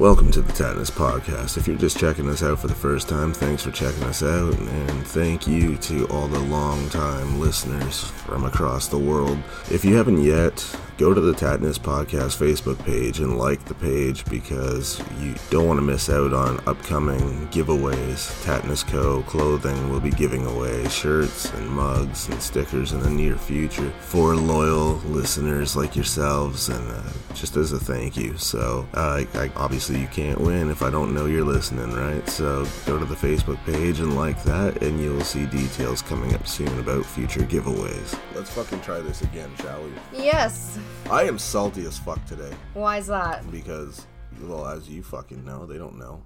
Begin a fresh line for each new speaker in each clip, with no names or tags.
Welcome to the Tatnus Podcast. If you're just checking us out for the first time, thanks for checking us out, and thank you to all the long-time listeners from across the world. If you haven't yet, go to the Tatnus Podcast Facebook page and like the page because you don't want to miss out on upcoming giveaways. Tatnus Co. clothing will be giving away shirts and mugs and stickers in the near future for loyal listeners like yourselves and uh, just as a thank you. So, uh, I, I, obviously, you can't win if I don't know you're listening, right? So, go to the Facebook page and like that, and you'll see details coming up soon about future giveaways. Let's fucking try this again, shall we?
Yes.
I am salty as fuck today
Why's that?
because, well, as you fucking know, they don't know,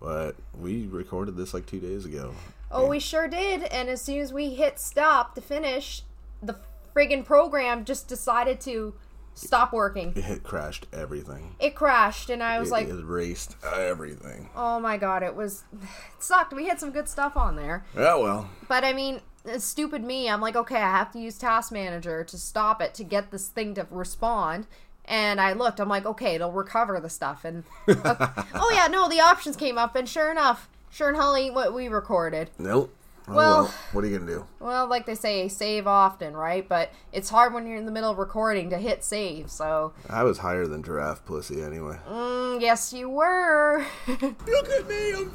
but we recorded this like two days ago.
Oh, we sure did. And as soon as we hit stop to finish, the friggin' program just decided to stop working.
It had crashed everything.
It crashed, and I was
it,
like,
it erased everything.
oh my god, it was. It sucked. We had some good stuff on there.
Yeah, well,
But I mean, it's stupid me, I'm like, okay, I have to use Task Manager to stop it to get this thing to respond. And I looked, I'm like, okay, it'll recover the stuff. And oh yeah, no, the options came up, and sure enough, sure and hell ain't what we recorded.
nope. Oh,
Well-
what are you gonna do?
Well, like they say, save often, right? But it's hard when you're in the middle of recording to hit save. So
I was higher than giraffe pussy anyway.
mm, yes, you were.
Look at me, I'm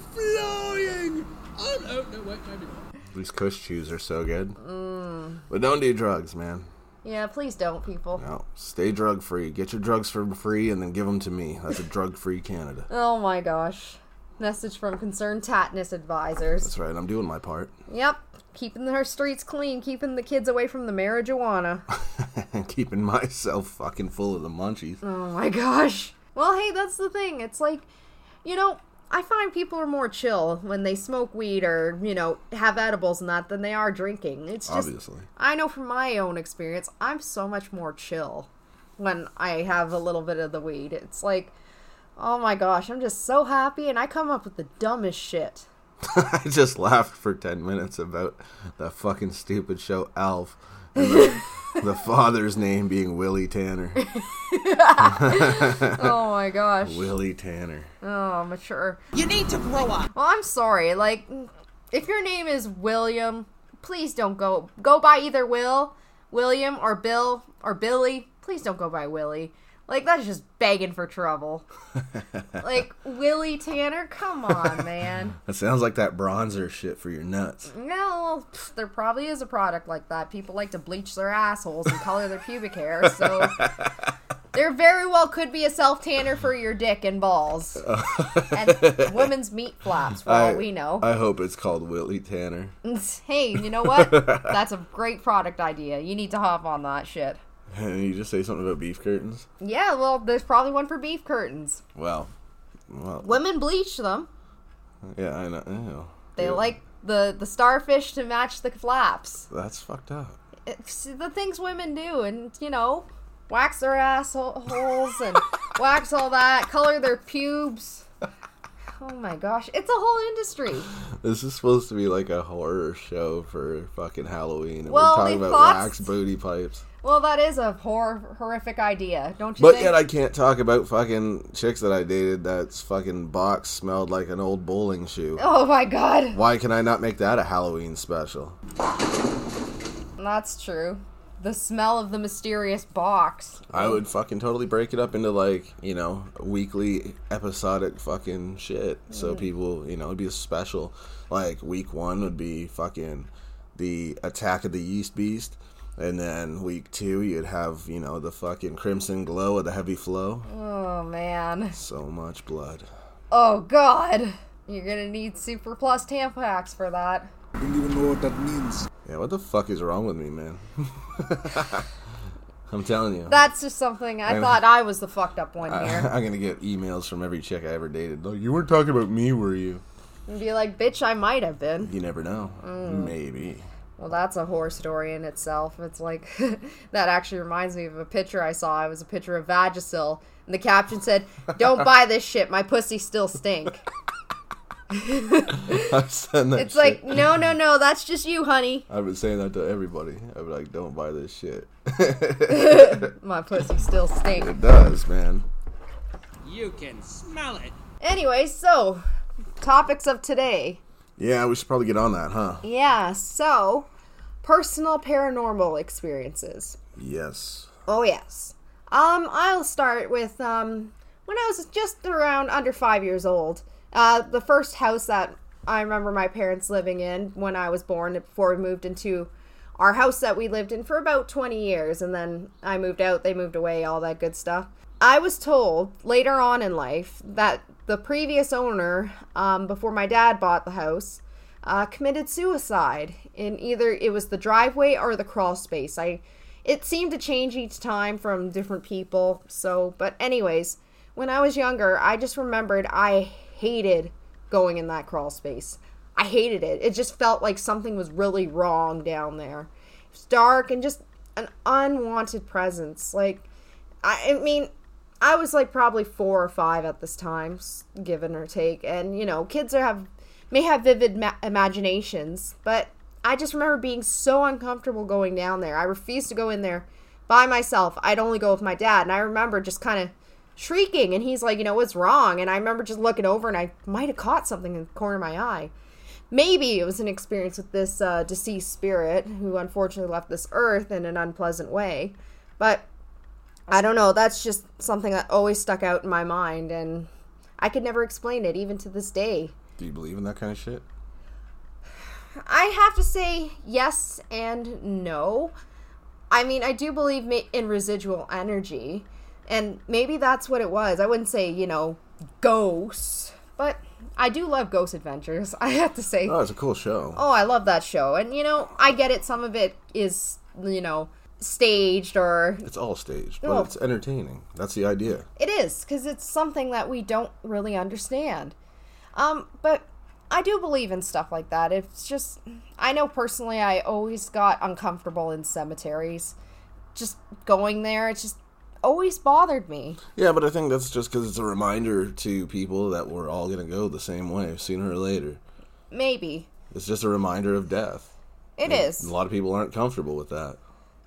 flying! I'm out. No, wait, maybe not.
These Kush chews are so good.
Mm.
But don't do drugs, man.
yeah, please don't, people.
No, stay drug free. Get your drugs for free and then give them to me. That's a drug free Canada.
Oh my gosh. Message from concerned tatnus advisors.
That's right. I'm doing my part.
Yep. Keeping their streets clean, keeping the kids away from the marijuana.
and keeping myself fucking full of the munchies.
Oh my gosh. Well, hey, that's the thing. It's like, you know, I find people are more chill when they smoke weed or, you know, have edibles and that than they are drinking. It's just,
Obviously.
I know from my own experience, I'm so much more chill when I have a little bit of the weed. It's like, oh my gosh, I'm just so happy and I come up with the dumbest shit.
I just laughed for 10 minutes about that fucking stupid show Alf. and the, the father's name being Willie Tanner.
Oh my gosh.
Willie Tanner.
Oh, mature.
You need to grow up.
Well, I'm sorry. Like, if your name is William, please don't go go by either Will, William, or Bill or Billy. Please don't go by Willie. Like that's just begging for trouble. like Willie Tanner, come on, man.
That sounds like that bronzer shit for your nuts.
No, pff, there probably is a product like that. People like to bleach their assholes and color their pubic hair, so there very well could be a self tanner for your dick and balls, and women's meat flaps, for all we know.
I hope it's called Willie Tanner.
hey, you know what? That's a great product idea. You need to hop on that shit.
you just say something about beef curtains?
Yeah, well, there's probably one for beef curtains.
Well, well,
Women bleach them.
yeah, I know. Ew.
They
Yeah.
like the the starfish to match the flaps.
That's fucked up.
It's the things women do, and you know, wax their assholes and wax all that, color their pubes. Oh my gosh, it's a whole industry.
This is supposed to be like a horror show for fucking Halloween. And
Well,
we're talking
they
about
thought-
wax booty pipes.
Well, that is a hor- horrific idea, don't you
But
think?
yet I can't talk about fucking chicks that I dated that's fucking box smelled like an old bowling shoe.
oh my god,
Why can I not make that a Halloween special?
that's true. The smell of the mysterious box.
I would fucking totally break it up into like, you know, weekly episodic fucking shit. So people, you know, it'd be a special. Like week one would be fucking the attack of the yeast beast. And then week two, you'd have, you know, the fucking crimson glow of the heavy flow.
Oh man.
So much blood.
Oh god. You're gonna need super plus tampons for that.
Don't even know what that means.
Yeah, what the fuck is wrong with me, man? I'm telling you.
That's just something I thought I was the fucked up one here.
I'm gonna get emails from every chick I ever dated. Like, you weren't talking about me, were you?
And be like, bitch, I might have been.
You never know.
Mm.
Maybe.
Well, that's a horror story in itself. It's like, that actually reminds me of a picture I saw. It was a picture of Vagisil, and the caption said, Don't buy this shit, my pussy still stink.
I've said that
It's
shit.
like, no, no, no, that's just you, honey.
I've been saying that to everybody. I'm like, don't buy this shit.
My pussy still stink.
it does, man.
You can smell it.
Anyway, so topics of today.
Yeah, we should probably get on that, huh?
Yeah, so personal paranormal experiences.
Yes.
Oh yes. Um, I'll start with um when I was just around under five years old. Uh, the first house that I remember my parents living in when I was born, before we moved into our house that we lived in for about twenty years, and then I moved out. They moved away, all that good stuff. I was told later on in life that the previous owner, um, before my dad bought the house, uh, committed suicide in either it was the driveway or the crawl space. I it seemed to change each time from different people. So, but anyways, when I was younger, I just remembered I hated going in that crawl space. I hated it. It just felt like something was really wrong down there. It was dark and just an unwanted presence. Like I, I mean, I was like probably four or five at this time, s- given or take, and you know, kids are have may have vivid ma- imaginations, but I just remember being so uncomfortable going down there. I refused to go in there by myself. I'd only go with my dad, and I remember just kind of shrieking, and he's like, you know, what's wrong? And I remember just looking over, and I might have caught something in the corner of my eye. Maybe it was an experience with this uh, deceased spirit who unfortunately left this earth in an unpleasant way, but I don't know. That's just something that always stuck out in my mind, and I could never explain it, even to this day.
Do you believe in that kind of shit?
I have to say yes and no. I mean, I do believe ma- in residual energy, and maybe that's what it was. I wouldn't say, you know, ghosts, but I do love Ghost Adventures, I have to say.
Oh, it's a cool show.
oh, I love that show. And, you know, I get it. Some of it is, you know, staged or
It's all staged,
Oh.
but it's entertaining. That's the idea.
It is because it's something that we don't really understand. Um, but I do believe in stuff like that. It's just I know personally I always got uncomfortable in cemeteries. Just going there, it just always bothered me.
Yeah, but I think that's just because it's a reminder to people that we're all gonna go the same way sooner or later.
Maybe
It's just a reminder of death.
it
A
is,
lot of people aren't comfortable with that.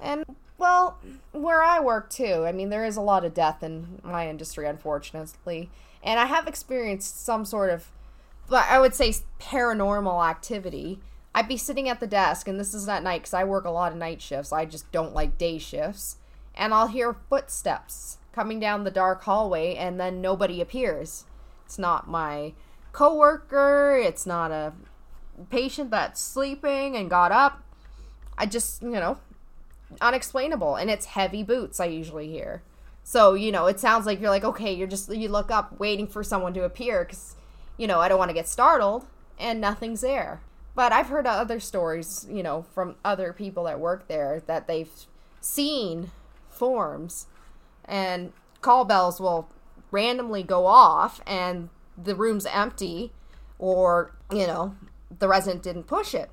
and well, where I work too. I mean, there is a lot of death in my industry, unfortunately, and I have experienced some sort of but I would say paranormal activity. I'd be sitting at the desk, and this is at night because I work a lot of night shifts. I just don't like day shifts. And I'll hear footsteps coming down the dark hallway, and then nobody appears. It's not my coworker. It's not a patient that's sleeping and got up. I just, you know, unexplainable. And it's heavy boots I usually hear. So, you know, it sounds like you're like, okay, you're just, you look up waiting for someone to appear because, you know, I don't want to get startled and nothing's there. But I've heard other stories, you know, from other people that work there that they've seen forms and call bells will randomly go off and the room's empty or, you know, the resident didn't push it.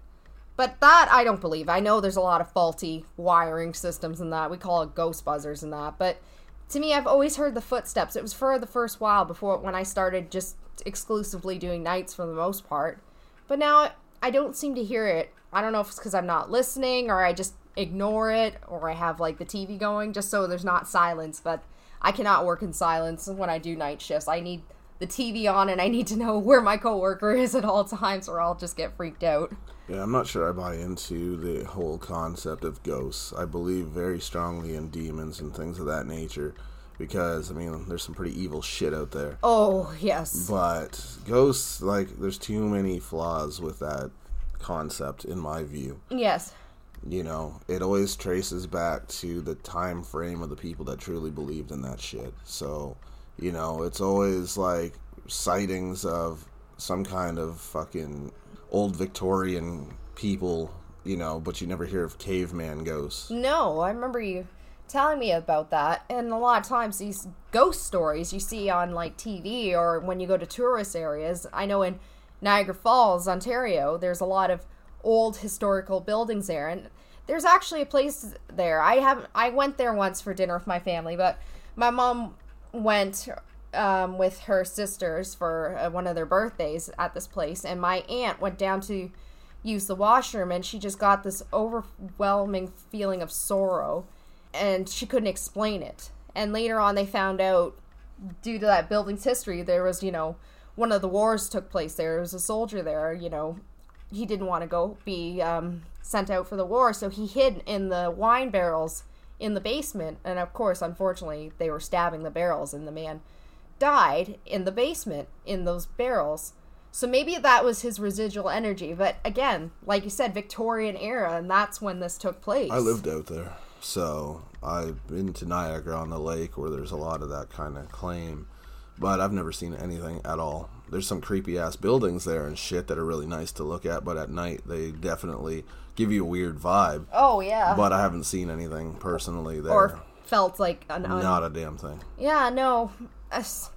But that I don't believe. I know there's a lot of faulty wiring systems and that. We call it ghost buzzers and that. But to me, I've always heard the footsteps. It was for the first while before when I started just exclusively doing nights for the most part. But now I don't seem to hear it. I don't know if it's because I'm not listening or I just ignore it or I have like the TV going just so there's not silence. But I cannot work in silence when I do night shifts. I need the TV on and I need to know where my coworker is at all times or I'll just get freaked out.
Yeah, I'm not sure I buy into the whole concept of ghosts. I believe very strongly in demons and things of that nature because, I mean, there's some pretty evil shit out there.
Oh, yes.
But ghosts, like, there's too many flaws with that concept, in my view.
Yes.
You know, it always traces back to the time frame of the people that truly believed in that shit. So, you know, it's always like sightings of some kind of fucking old Victorian people, you know, but you never hear of caveman ghosts.
No, I remember you telling me about that. And a lot of times, these ghost stories you see on like TV or when you go to tourist areas. I know in Niagara Falls, Ontario, there's a lot of old historical buildings there, and there's actually a place there. I have I went there once for dinner with my family, but my mom went um, with her sisters for uh, one of their birthdays at this place, and my aunt went down to use the washroom and she just got this overwhelming feeling of sorrow and she couldn't explain it. And later on, they found out due to that building's history, there was, you know, one of the wars took place there. There was a soldier there, you know, he didn't want to go be um, sent out for the war, so he hid in the wine barrels in the basement. And of course, unfortunately, they were stabbing the barrels, and the man died in the basement in those barrels. So maybe that was his residual energy. But again, like you said, Victorian era, and that's when this took place.
I lived out there, so I've been to Niagara on the Lake, where there's a lot of that kind of claim. But I've never seen anything at all. There's some creepy ass buildings there and shit that are really nice to look at, but at night they definitely give you a weird vibe.
Oh yeah.
But I haven't seen anything personally there.
or felt like an un-
Not a damn thing.
Yeah, no. Us-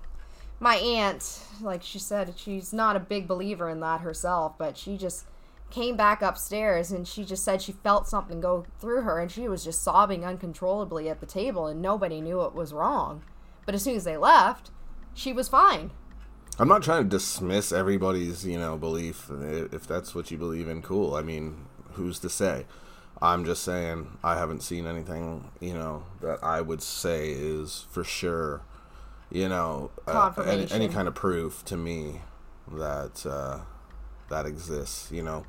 My aunt, like she said, she's not a big believer in that herself, but she just came back upstairs and she just said she felt something go through her and she was just sobbing uncontrollably at the table and nobody knew what was wrong. But as soon as they left, she was fine.
I'm not trying to dismiss everybody's, you know, belief. I- If that's what you believe in, cool. I mean, who's to say? I'm just saying I haven't seen anything, you know, that I would say is for sure, you know, uh, any, any
Confirmation.
kind of proof to me that uh, that exists. You know,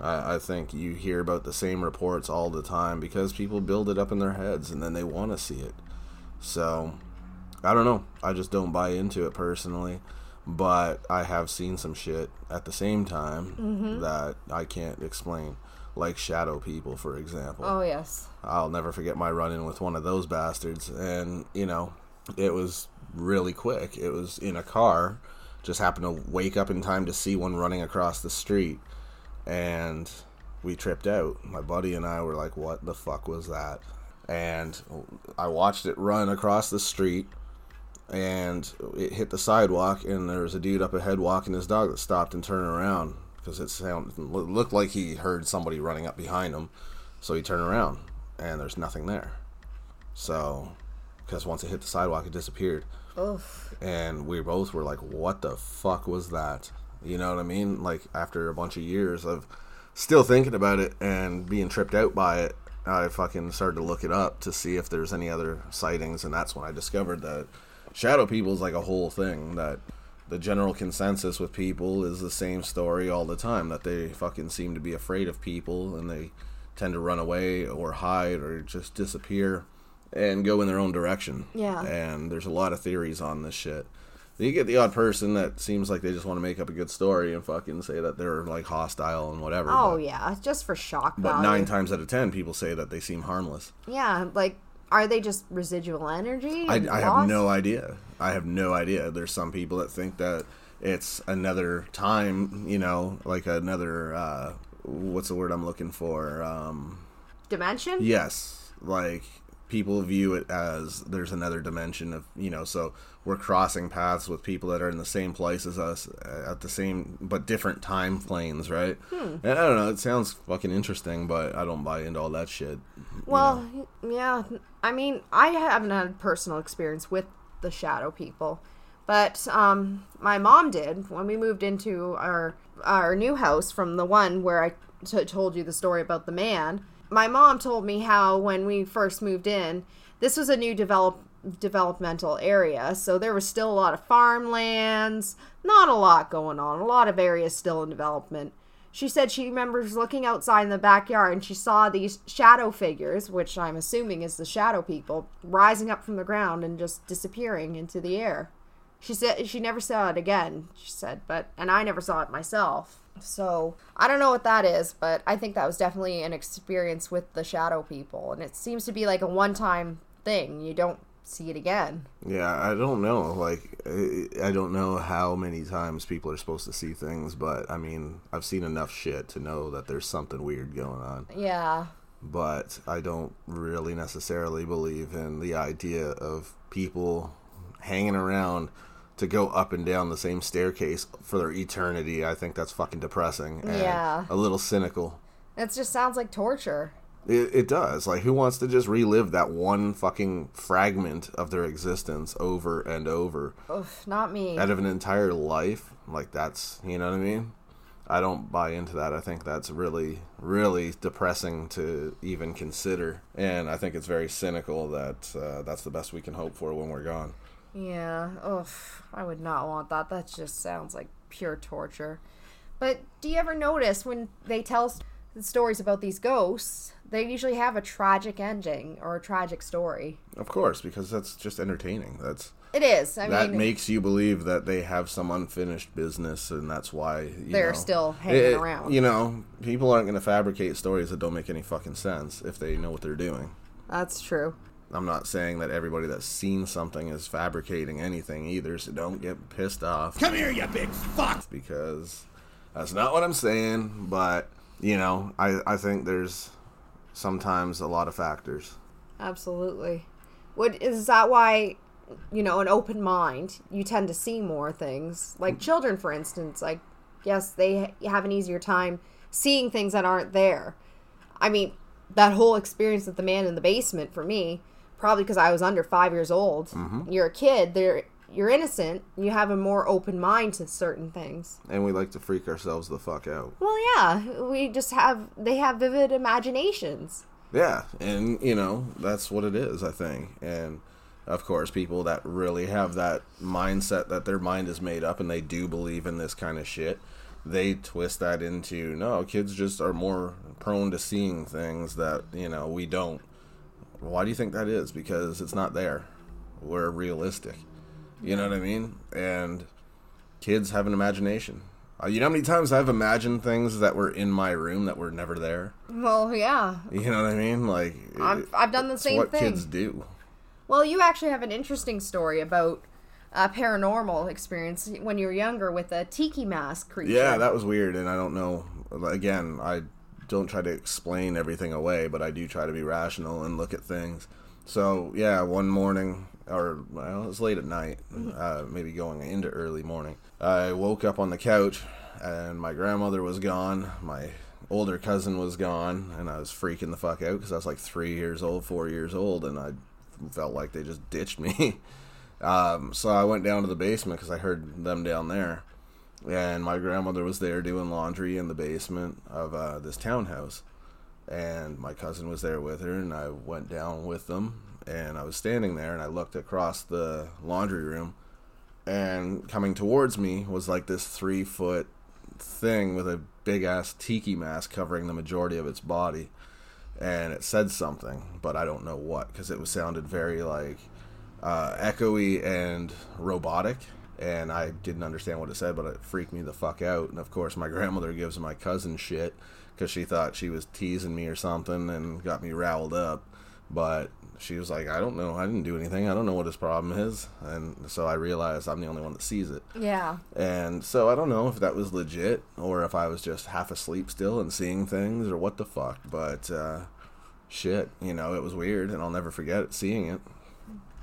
I, I think you hear about the same reports all the time because people build it up in their heads and then they want to see it. So I don't know. I just don't buy into it personally. But I have seen some shit at the same time that I can't explain. Like shadow people, for example.
Oh, yes.
I'll never forget my run in with one of those bastards. And, you know, it was really quick. It was in a car. Just happened to wake up in time to see one running across the street. And we tripped out. My buddy and I were like, what the fuck was that? And I watched it run across the street. And it hit the sidewalk, and there was a dude up ahead walking his dog that stopped and turned around because it sounded looked like he heard somebody running up behind him. So he turned around, and there's nothing there. So, because once it hit the sidewalk, it disappeared.
Oof.
And we both were like, what the fuck was that? You know what I mean? Like, after a bunch of years of still thinking about it and being tripped out by it, I fucking started to look it up to see if there's any other sightings. And that's when I discovered that Shadow People is like a whole thing that the general consensus with people is the same story all the time that they fucking seem to be afraid of people and they tend to run away or hide or just disappear and go in their own direction.
Yeah.
And there's a lot of theories on this shit. You get the odd person that seems like they just want to make up a good story and fucking say that they're like hostile and whatever.
Oh,
but,
yeah. Just for shock
but
value.
nine times out of ten, people say that they seem harmless.
yeah, like, are they just residual energy?
I,
and
I
lost?
have no idea. I have no idea. There's some people that think that it's another time, you know, like another uh, what's the word I'm looking for? Um,
Dimension?
yes, like people view it as there's another dimension of you know. So we're crossing paths with people that are in the same place as us uh, at the same but different time planes, right? And I don't know. It sounds fucking interesting, but I don't buy into all that shit. you know?
Well, yeah. I mean, I haven't had personal experience with the shadow people, but um, my mom did when we moved into our our new house from the one where I t- told you the story about the man. My mom told me how when we first moved in, this was a new develop developmental area, so there was still a lot of farmlands, not a lot going on, a lot of areas still in development. She said she remembers looking outside in the backyard and she saw these shadow figures, which I'm assuming is the shadow people, rising up from the ground and just disappearing into the air. She said she never saw it again, she said, but and I never saw it myself. So, I don't know what that is, but I think that was definitely an experience with the shadow people and it seems to be like a one-time thing. You don't see it again.
Yeah, I don't know. Like, I I don't know how many times people are supposed to see things, but I mean, I've seen enough shit to know that there's something weird going on.
Yeah.
But I don't really necessarily believe in the idea of people hanging around to go up and down the same staircase for their eternity. I think that's fucking depressing and
Yeah.
a little cynical.
It just sounds like torture.
It, it does. Like, who wants to just relive that one fucking fragment of their existence over and over?
Ugh, not me.
out of an entire life like that's you know what i mean i don't buy into that i think that's really really depressing to even consider and i think it's very cynical that uh, that's the best we can hope for when we're gone
Yeah, ugh, I would not want that. That just sounds like pure torture. But do you ever notice when they tell s- stories about these ghosts, they usually have a tragic ending or a tragic story?
Of course, because that's just entertaining. That's
It is. I
that
mean,
makes you believe that they have some unfinished business, and that's why you
They're
know,
still hanging
it-
around.
You know, people aren't going to fabricate stories that don't make any fucking sense if they know what they're doing.
that's true.
I'm not saying that everybody that's seen something is fabricating anything either, so don't get pissed off
Come here, you big fuck!
because that's not what I'm saying. But you know, I I think there's sometimes a lot of factors.
Absolutely. What is that why you know, an open mind, you tend to see more things. Like children for instance, like yes, they ha- have an easier time seeing things that aren't there. I mean, that whole experience with the man in the basement for me, probably because I was under 5 years old. You're a kid, they're you're innocent, you have a more open mind to certain things.
and we like to freak ourselves the fuck out.
Well, yeah, we just have they have vivid imaginations.
Yeah, and you know that's what it is, I think. And of course, people that really have that mindset that their mind is made up and they do believe in this kind of shit, they twist that into no, kids just are more prone to seeing things that you know we don't. Why do you think that is? Because it's not there. We're realistic. You know what I mean? And kids have an imagination. Uh, you know how many times I've imagined things that were in my room that were never there?
Well, yeah.
You know what I mean? Like
I've- I've done the
it's
same
what
thing.
kids do.
Well, you actually have an interesting story about a paranormal experience when you were younger with a tiki mask creature.
Yeah, that was weird, and I don't know. Again, I don't try to explain everything away, but I do try to be rational and look at things. So yeah, one morning, or well, it was late at night, uh, maybe going into early morning. I woke up on the couch, and my grandmother was gone. My older cousin was gone, and I was freaking the fuck out because I was like three years old, four years old, and I felt like they just ditched me. Um, so I went down to the basement because I heard them down there, and my grandmother was there doing laundry in the basement of uh, this townhouse, and my cousin was there with her, and I went down with them, and I was standing there, and I looked across the laundry room, and coming towards me was like this three foot thing with a big ass tiki mask covering the majority of its body and it said something, but I don't know what because it was sounded very like uh, echoey and robotic, and I didn't understand what it said, but it freaked me the fuck out. And of course, my grandmother gives my cousin shit because she thought she was teasing me or something and got me riled up. But she was like, "I don't know. I didn't do anything. I don't know what his problem is." And so I realized I'm the only one that sees it.
Yeah.
And so I don't know if that was legit or if I was just half asleep still and seeing things or what the fuck. But uh, shit, you know, it was weird and I'll never forget it, seeing it.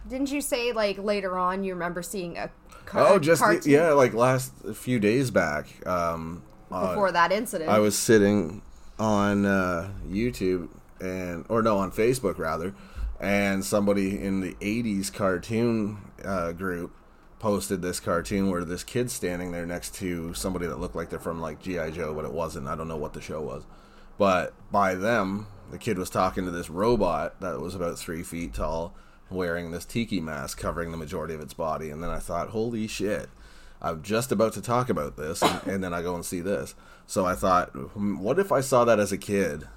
Didn't you say like later on you remember seeing a car-
Oh, just the,
cartoon
yeah, like last a few days back. Um, uh,
before that incident?
I was sitting on uh, YouTube and or no on Facebook rather, and somebody in the '80s cartoon uh, group posted this cartoon where this kid's standing there next to somebody that looked like they're from like GI Joe, but it wasn't. I don't know what the show was, but by them, the kid was talking to this robot that was about three feet tall, wearing this tiki mask covering the majority of its body, and then I thought, holy shit. I'm just about to talk about this, and, and then I go and see this. So I thought, "Hmm, what if I saw that as a kid?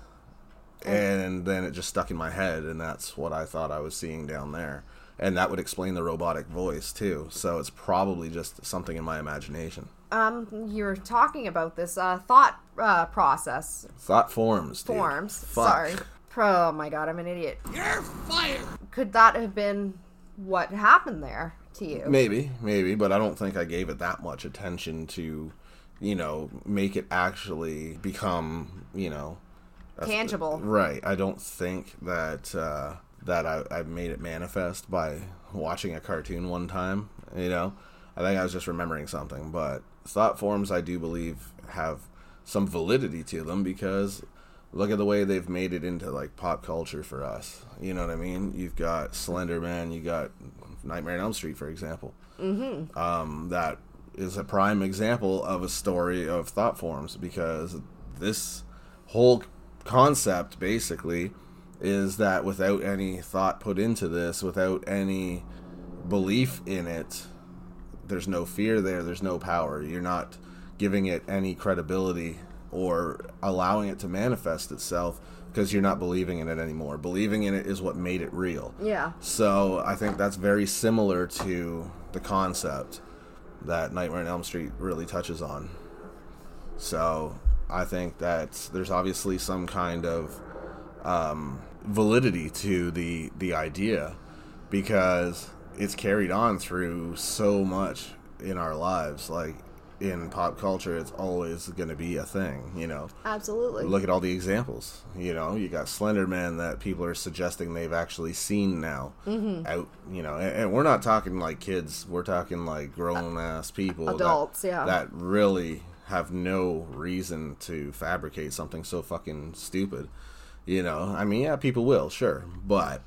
And then it just stuck in my head, and that's what I thought I was seeing down there. And that would explain the robotic voice, too. So it's probably just something in my imagination.
um, you were talking about this uh, thought uh, process
Thought forms. Dude.
forms.
Fuck.
Sorry. Oh my god, I'm an idiot.
You're fired!
Could that have been what happened there to you?
Maybe, maybe, but I don't think I gave it that much attention to, you know, make it actually become, you know,
Tangible.
Right. I don't think that uh, that I, I made it manifest by watching a cartoon one time. You know, I think I was just remembering something. But thought forms, I do believe, have some validity to them because look at the way they've made it into like pop culture for us. You know what I mean? You've got Slenderman, you got Nightmare on Elm Street, for example um, that is a prime example of a story of thought forms because this whole concept basically is that without any thought put into this, without any belief in it, there's no fear there, there's no power. You're not giving it any credibility or allowing it to manifest itself because you're not believing in it anymore. Believing in it is what made it real.
Yeah.
So I think that's very similar to the concept that Nightmare on Elm Street really touches on. So I think that there's obviously some kind of um, validity to the the idea because it's carried on through so much in our lives. Like in pop culture, it's always going to be a thing. You know,
Absolutely.
look at all the examples. You know, you got Slender Man that people are suggesting they've actually seen now. Mm-hmm. Out, you know, and, and we're not talking like kids. We're talking like grown ass people, that-
adults, yeah.
that really have no reason to fabricate something so fucking stupid. You know, I mean, yeah, people will, sure, but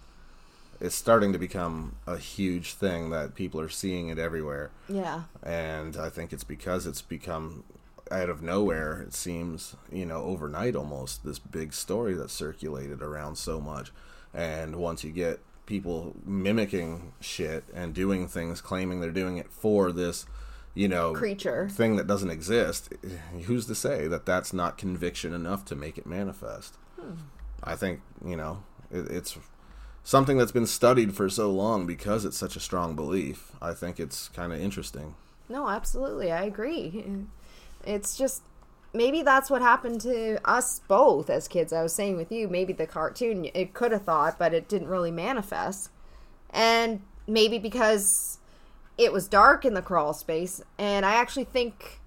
it's starting to become a huge thing that people are seeing it everywhere
yeah.
and I think it's because it's become out of nowhere. It seems you know overnight almost this big story that circulated around so much, and once you get people mimicking shit and doing things, claiming they're doing it for this, you know,
Creature.
thing that doesn't exist, eh, who's to say that that's not conviction enough to make it manifest? I think you know it, it's something that's been studied for so long because it's such a strong belief. I think it's kind of interesting.
No, absolutely. I agree. It's just maybe that's what happened to us both as kids. I was saying with you, maybe the cartoon it could have thought, but it didn't really manifest. And maybe because it was dark in the crawl space, and I actually think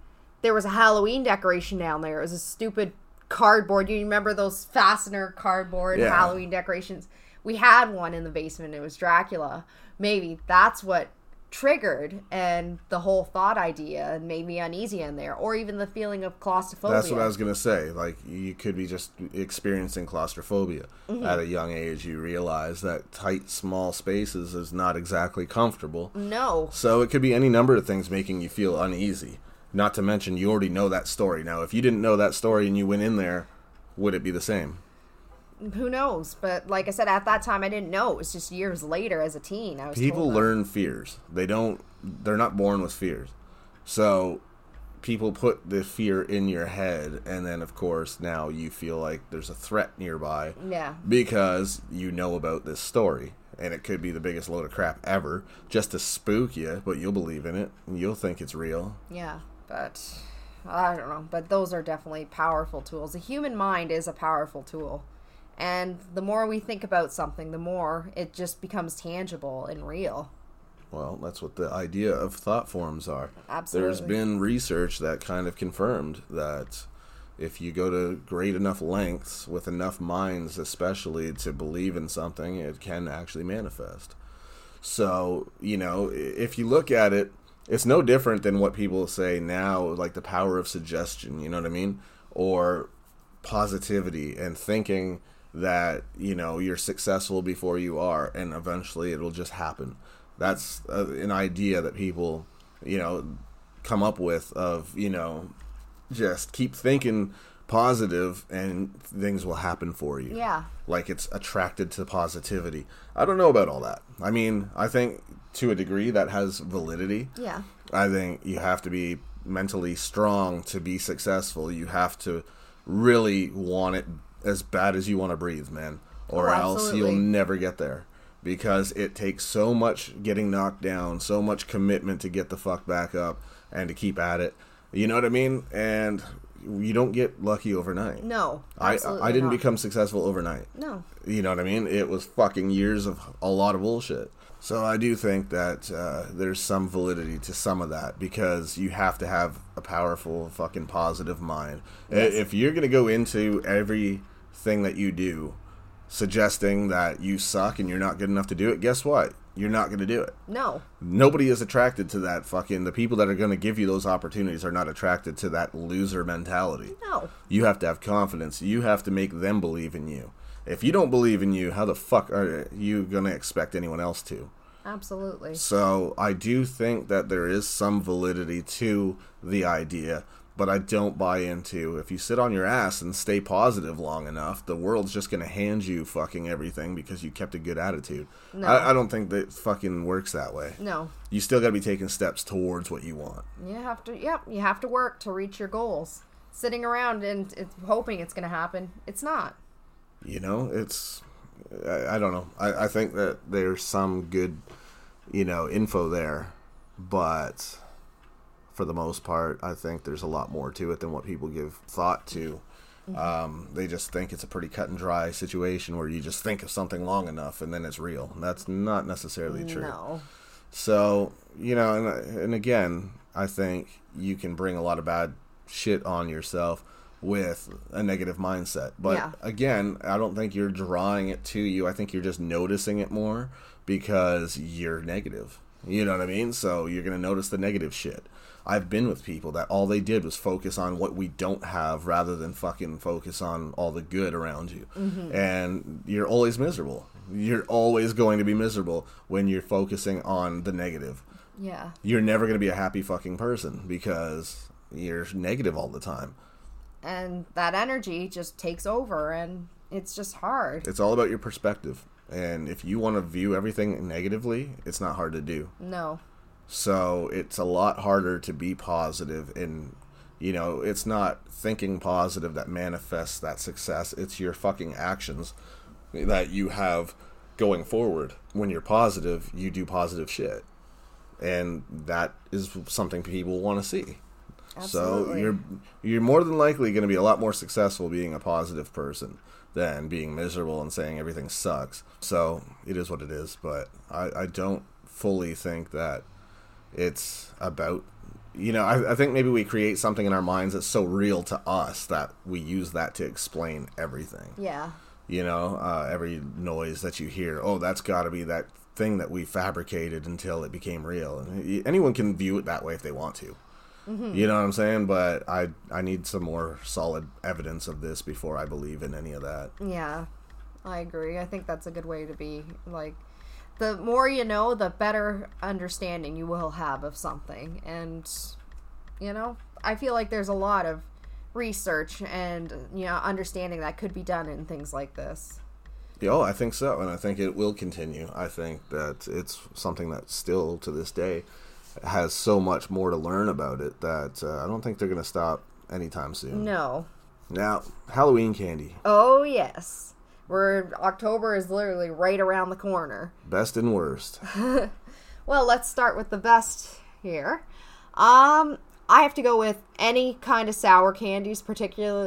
there was a Halloween decoration down there. It was a stupid cardboard. You remember those fastener cardboard
Yeah.
Halloween decorations? We had one in the basement. It was Dracula. Maybe that's what triggered and the whole thought idea and made me uneasy in there, or even the feeling of claustrophobia.
That's what I was gonna say. Like you could be just experiencing claustrophobia at a young age. You realize that tight, small spaces is not exactly comfortable.
Mm-hmm. No.
So it could be any number of things making you feel uneasy. Not to mention you already know that story. Now, if you didn't know that story and you went in there, would it be the same?
who knows? But like I said, at that time I didn't know. It was just years later as a teen. I was
people
told that.
learn fears they don't they're not born with fears so people put the fear in your head and then of course now you feel like there's a threat nearby
Yeah.
because you know about this story and it could be the biggest load of crap ever just to spook you but you'll believe in it and you'll think it's real
Yeah, but I don't know. But those are definitely powerful tools. The human mind is a powerful tool. And the more we think about something, the more it just becomes tangible and real.
Well, that's what the idea of thought forms are. There's
Absolutely.
been research that kind of confirmed that if you go to great enough lengths with enough minds, especially to believe in something, it can actually manifest. So, you know, i- if you look at it, it's no different than what people say now, like the power of suggestion, you know what I mean? Or positivity and thinking that, you know, you're successful before you are and eventually it'll just happen. That's uh, an idea that people, you know, come up with of, you know, just keep thinking positive and things will happen for you
Yeah.
like it's attracted to positivity. I don't know about all that. I mean, I think to a degree that has validity.
Yeah.
I think you have to be mentally strong to be successful. You have to really want it as bad as you want to breathe, man, or
Oh,
else you'll
absolutely.
never get there because it takes so much getting knocked down, so much commitment to get the fuck back up and to keep at it. You know what I mean? And you don't get lucky overnight.
No.
I,
absolutely
I didn't
not.
become successful overnight.
No.
You know what I mean? It was fucking years of a lot of bullshit. So I do think that uh, there's some validity to some of that because you have to have a powerful fucking positive mind. I- If you're gonna go into everything that you do suggesting that you suck and you're not good enough to do it, guess what? You're not gonna do it
No.
nobody is attracted to that fucking the people that are going to give you those opportunities are not attracted to that loser mentality
No.
you have to have confidence you have to make them believe in you if you don't believe in you how the fuck are you going to expect anyone else to
Absolutely.
so I do think that there is some validity to the idea but I don't buy into. If you sit on your ass and stay positive long enough, the world's just going to hand you fucking everything because you kept a good attitude.
No.
I, I don't think that fucking works that way.
No,
You still got to be taking steps towards what you want.
you have to. Yep, you have to work to reach your goals. Sitting around and it's hoping it's going to happen, it's not.
You know, it's I, I don't know. I, I think that there's some good, you know, info there, but for the most part, I think there's a lot more to it than what people give thought to.
Mm-hmm.
Um, they just think it's a pretty cut and dry situation where you just think of something long enough and then it's real. And that's not necessarily true.
No.
So you know, and and again, I think you can bring a lot of bad shit on yourself with a negative mindset. But
Yeah.
again, I don't think you're drawing it to you. I think you're just noticing it more because you're negative. You know what I mean? So you're gonna notice the negative shit. I've been with people that all they did was focus on what we don't have rather than fucking focus on all the good around you. And you're always miserable. You're always going to be miserable when you're focusing on the negative.
Yeah.
You're never going to be a happy fucking person because you're negative all the time.
And that energy just takes over and it's just hard.
It's all about your perspective. And if you want to view everything negatively, it's not hard to do.
No.
So it's a lot harder to be positive and you know, it's not thinking positive that manifests that success. It's your fucking actions that you have going forward. When you're positive, you do positive shit. And that is something people want to see. So
Absolutely.
you're you're more than likely going to be a lot more successful being a positive person than being miserable and saying everything sucks. So it is what it is, but I, I don't fully think that it's about you know I, I think maybe we create something in our minds that's so real to us that we use that to explain everything
Yeah.
you know uh, every noise that you hear oh that's got to be that thing that we fabricated until it became real and y- anyone can view it that way if they want to you know what i'm saying but i i need some more solid evidence of this before i believe in any of that
Yeah, I agree. I think that's a good way to be. Like, the more you know, the better understanding you will have of something. And, you know, I feel like there's a lot of research and, you know, understanding that could be done in things like this.
Yeah, Oh, I think so, and I think it will continue. I think that it's something that still to this day has so much more to learn about it that uh, I don't think they're going to stop anytime soon.
No.
Now, Halloween candy,
Oh, yes. We're, October is literally right around the corner.
best and worst.
Well, let's start with the best here. Um, I have to go with any kind of sour candies,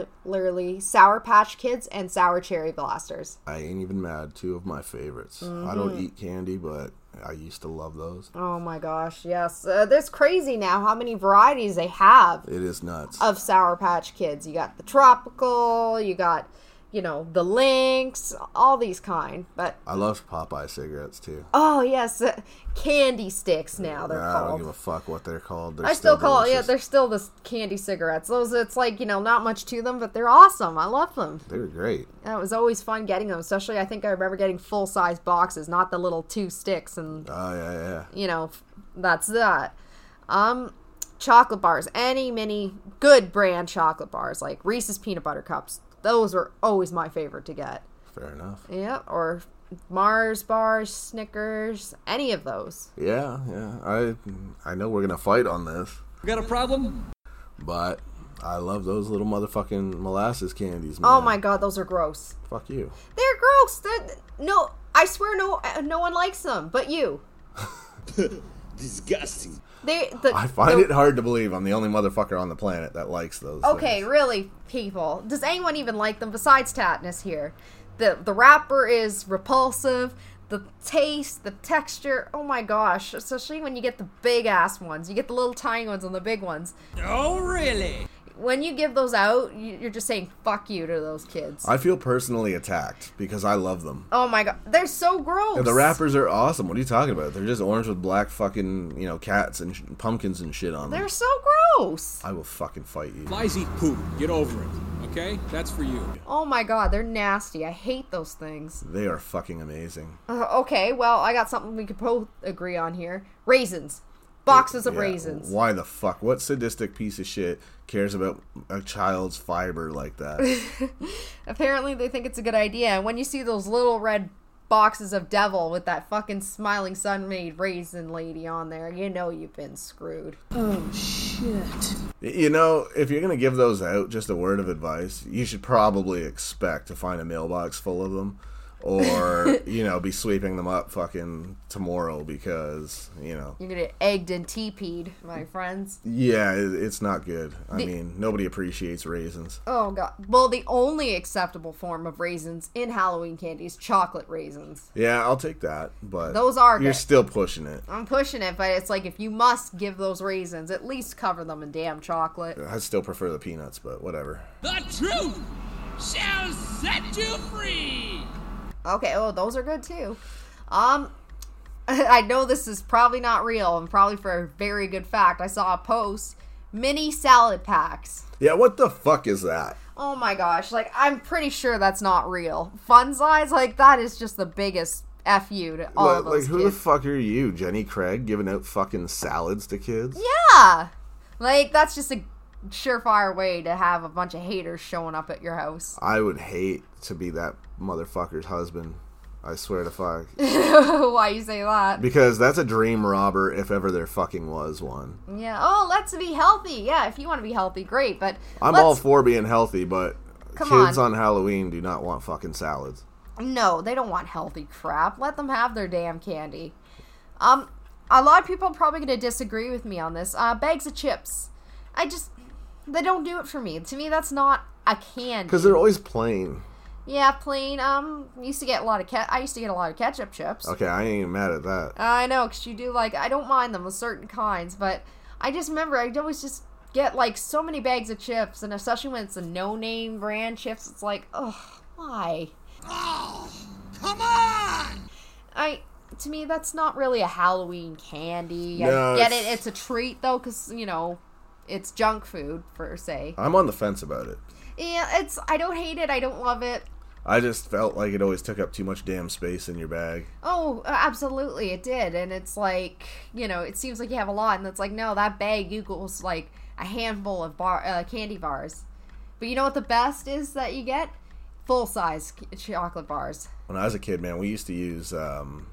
particularly Sour Patch Kids and Sour Cherry Blasters.
I ain't even mad. Two of my favorites. I don't
Mm-hmm.
eat candy, but I used to love those.
Oh my gosh, yes. Uh, that's crazy now how many varieties they have
It is nuts.
of Sour Patch Kids. You got the tropical, you got, you know, the lynx, all these kind. But,
I love Popeye cigarettes too.
oh yes, uh, candy sticks now they're
I
called.
don't give a fuck what they're called. They're
I still call yeah,
delicious.
they're still the candy cigarettes. Those it's like, you know, not much to them, but they're awesome. I love them.
they're great.
And it was always fun getting them, especially I think I remember getting full size boxes, not the little two sticks and
Oh yeah, yeah.
you know, that's that. Um chocolate bars, any mini good brand chocolate bars like Reese's peanut butter cups. Those were always my favorite to get.
Fair enough.
Yeah, or Mars bars, Snickers, any of those.
Yeah, yeah. I I know we're gonna fight on this.
Got a problem?
But I love those little motherfucking molasses candies, man.
Oh my god, those are gross.
Fuck you.
They're gross. They're, no, I swear, no, no one likes them, but you.
Disgusting.
They. The,
I find
the-
it hard to believe I'm the only motherfucker on the planet that likes those.
Okay,
things.
really, people. Does anyone even like them besides Tatnus here? The the wrapper is repulsive. The taste, the texture. Oh my gosh! Especially when you get the big ass ones. You get the little tiny ones and the big ones.
Oh, really?
When you give those out, you- you're just saying "fuck you" to those kids.
I feel personally attacked because I love them.
oh my god, they're so gross.
The wrappers are awesome. What are you talking about? They're just orange with black fucking, you know, cats and sh- pumpkins and shit on them.
They're so gross.
I will fucking fight you.
Flies eat poop. Get over it. Okay? That's for you.
Oh my god, they're nasty. I hate those things.
They are fucking amazing.
Uh, okay, well, I got something we could both agree on here. Raisins. boxes of
Yeah,
raisins.
Why the fuck? What sadistic piece of shit cares about a child's fiber like that?
Apparently, they think it's a good idea. And when you see those little red boxes of devil with that fucking smiling sun made raisin lady on there, you know you've been screwed.
Oh, shit.
you know, if you're gonna give those out, just a word of advice, you should probably expect to find a mailbox full of them, or you know, be sweeping them up fucking tomorrow because you know,
You're gonna get egged and teepeed, my friends.
yeah, it, it's not good. I
The-
mean, nobody appreciates raisins.
Oh god. Well, the only acceptable form of raisins in Halloween candy is chocolate raisins.
Yeah, I'll take that, but
Those are
you're
good.
still pushing it.
I'm pushing it, but it's like if you must give those raisins, at least cover them in damn chocolate.
I still prefer the peanuts, but whatever.
The truth shall set you free.
Okay, oh, those are good too. Um, I know this is probably not real and probably for a very good fact. I saw a post mini salad packs.
Yeah, what the fuck is that?
Oh my gosh, like I'm pretty sure that's not real. Fun size, like that is just the biggest f you to all
Like,
of us
like, who the
kids.
fuck are you, Jenny Craig, giving out fucking salads to kids?
yeah, like that's just a surefire way to have a bunch of haters showing up at your house.
I would hate to be that motherfucker's husband. I swear to fuck.
Why you say that?
Because that's a dream robber if ever there fucking was one.
Yeah. Oh, let's be healthy. Yeah, if you want to be healthy, great. But
I'm
let's
all for being healthy, but
Come
kids
on.
on. Halloween do not want fucking salads.
No, they don't want healthy crap. Let them have their damn candy. Um, a lot of people are probably going to disagree with me on this. Uh, bags of chips. I just, they don't do it for me. To me, that's not a candy.
Because they're always plain.
Yeah, plain. Um, used to get a lot of ke- I used to get a lot of ketchup chips.
Okay, I ain't even mad at that.
I know, cause you do like I don't mind them with certain kinds, but I just remember I'd always just get like so many bags of chips, and especially when it's a no-name brand chips, it's like, ugh, why?
Oh, come on!
I to me that's not really a Halloween candy.
No,
I get
it's-
it. It's a treat though, because you know it's junk food per se.
I'm on the fence about it.
Yeah, it's. I don't hate it. I don't love it.
I just felt like it always took up too much damn space in your bag.
Oh, uh, absolutely, it did, and it's like you know, it seems like you have a lot, and it's like no, that bag equals like a handful of bar uh, candy bars. But you know what the best is that you get full size chocolate bars.
When I was a kid, man, we used to use um,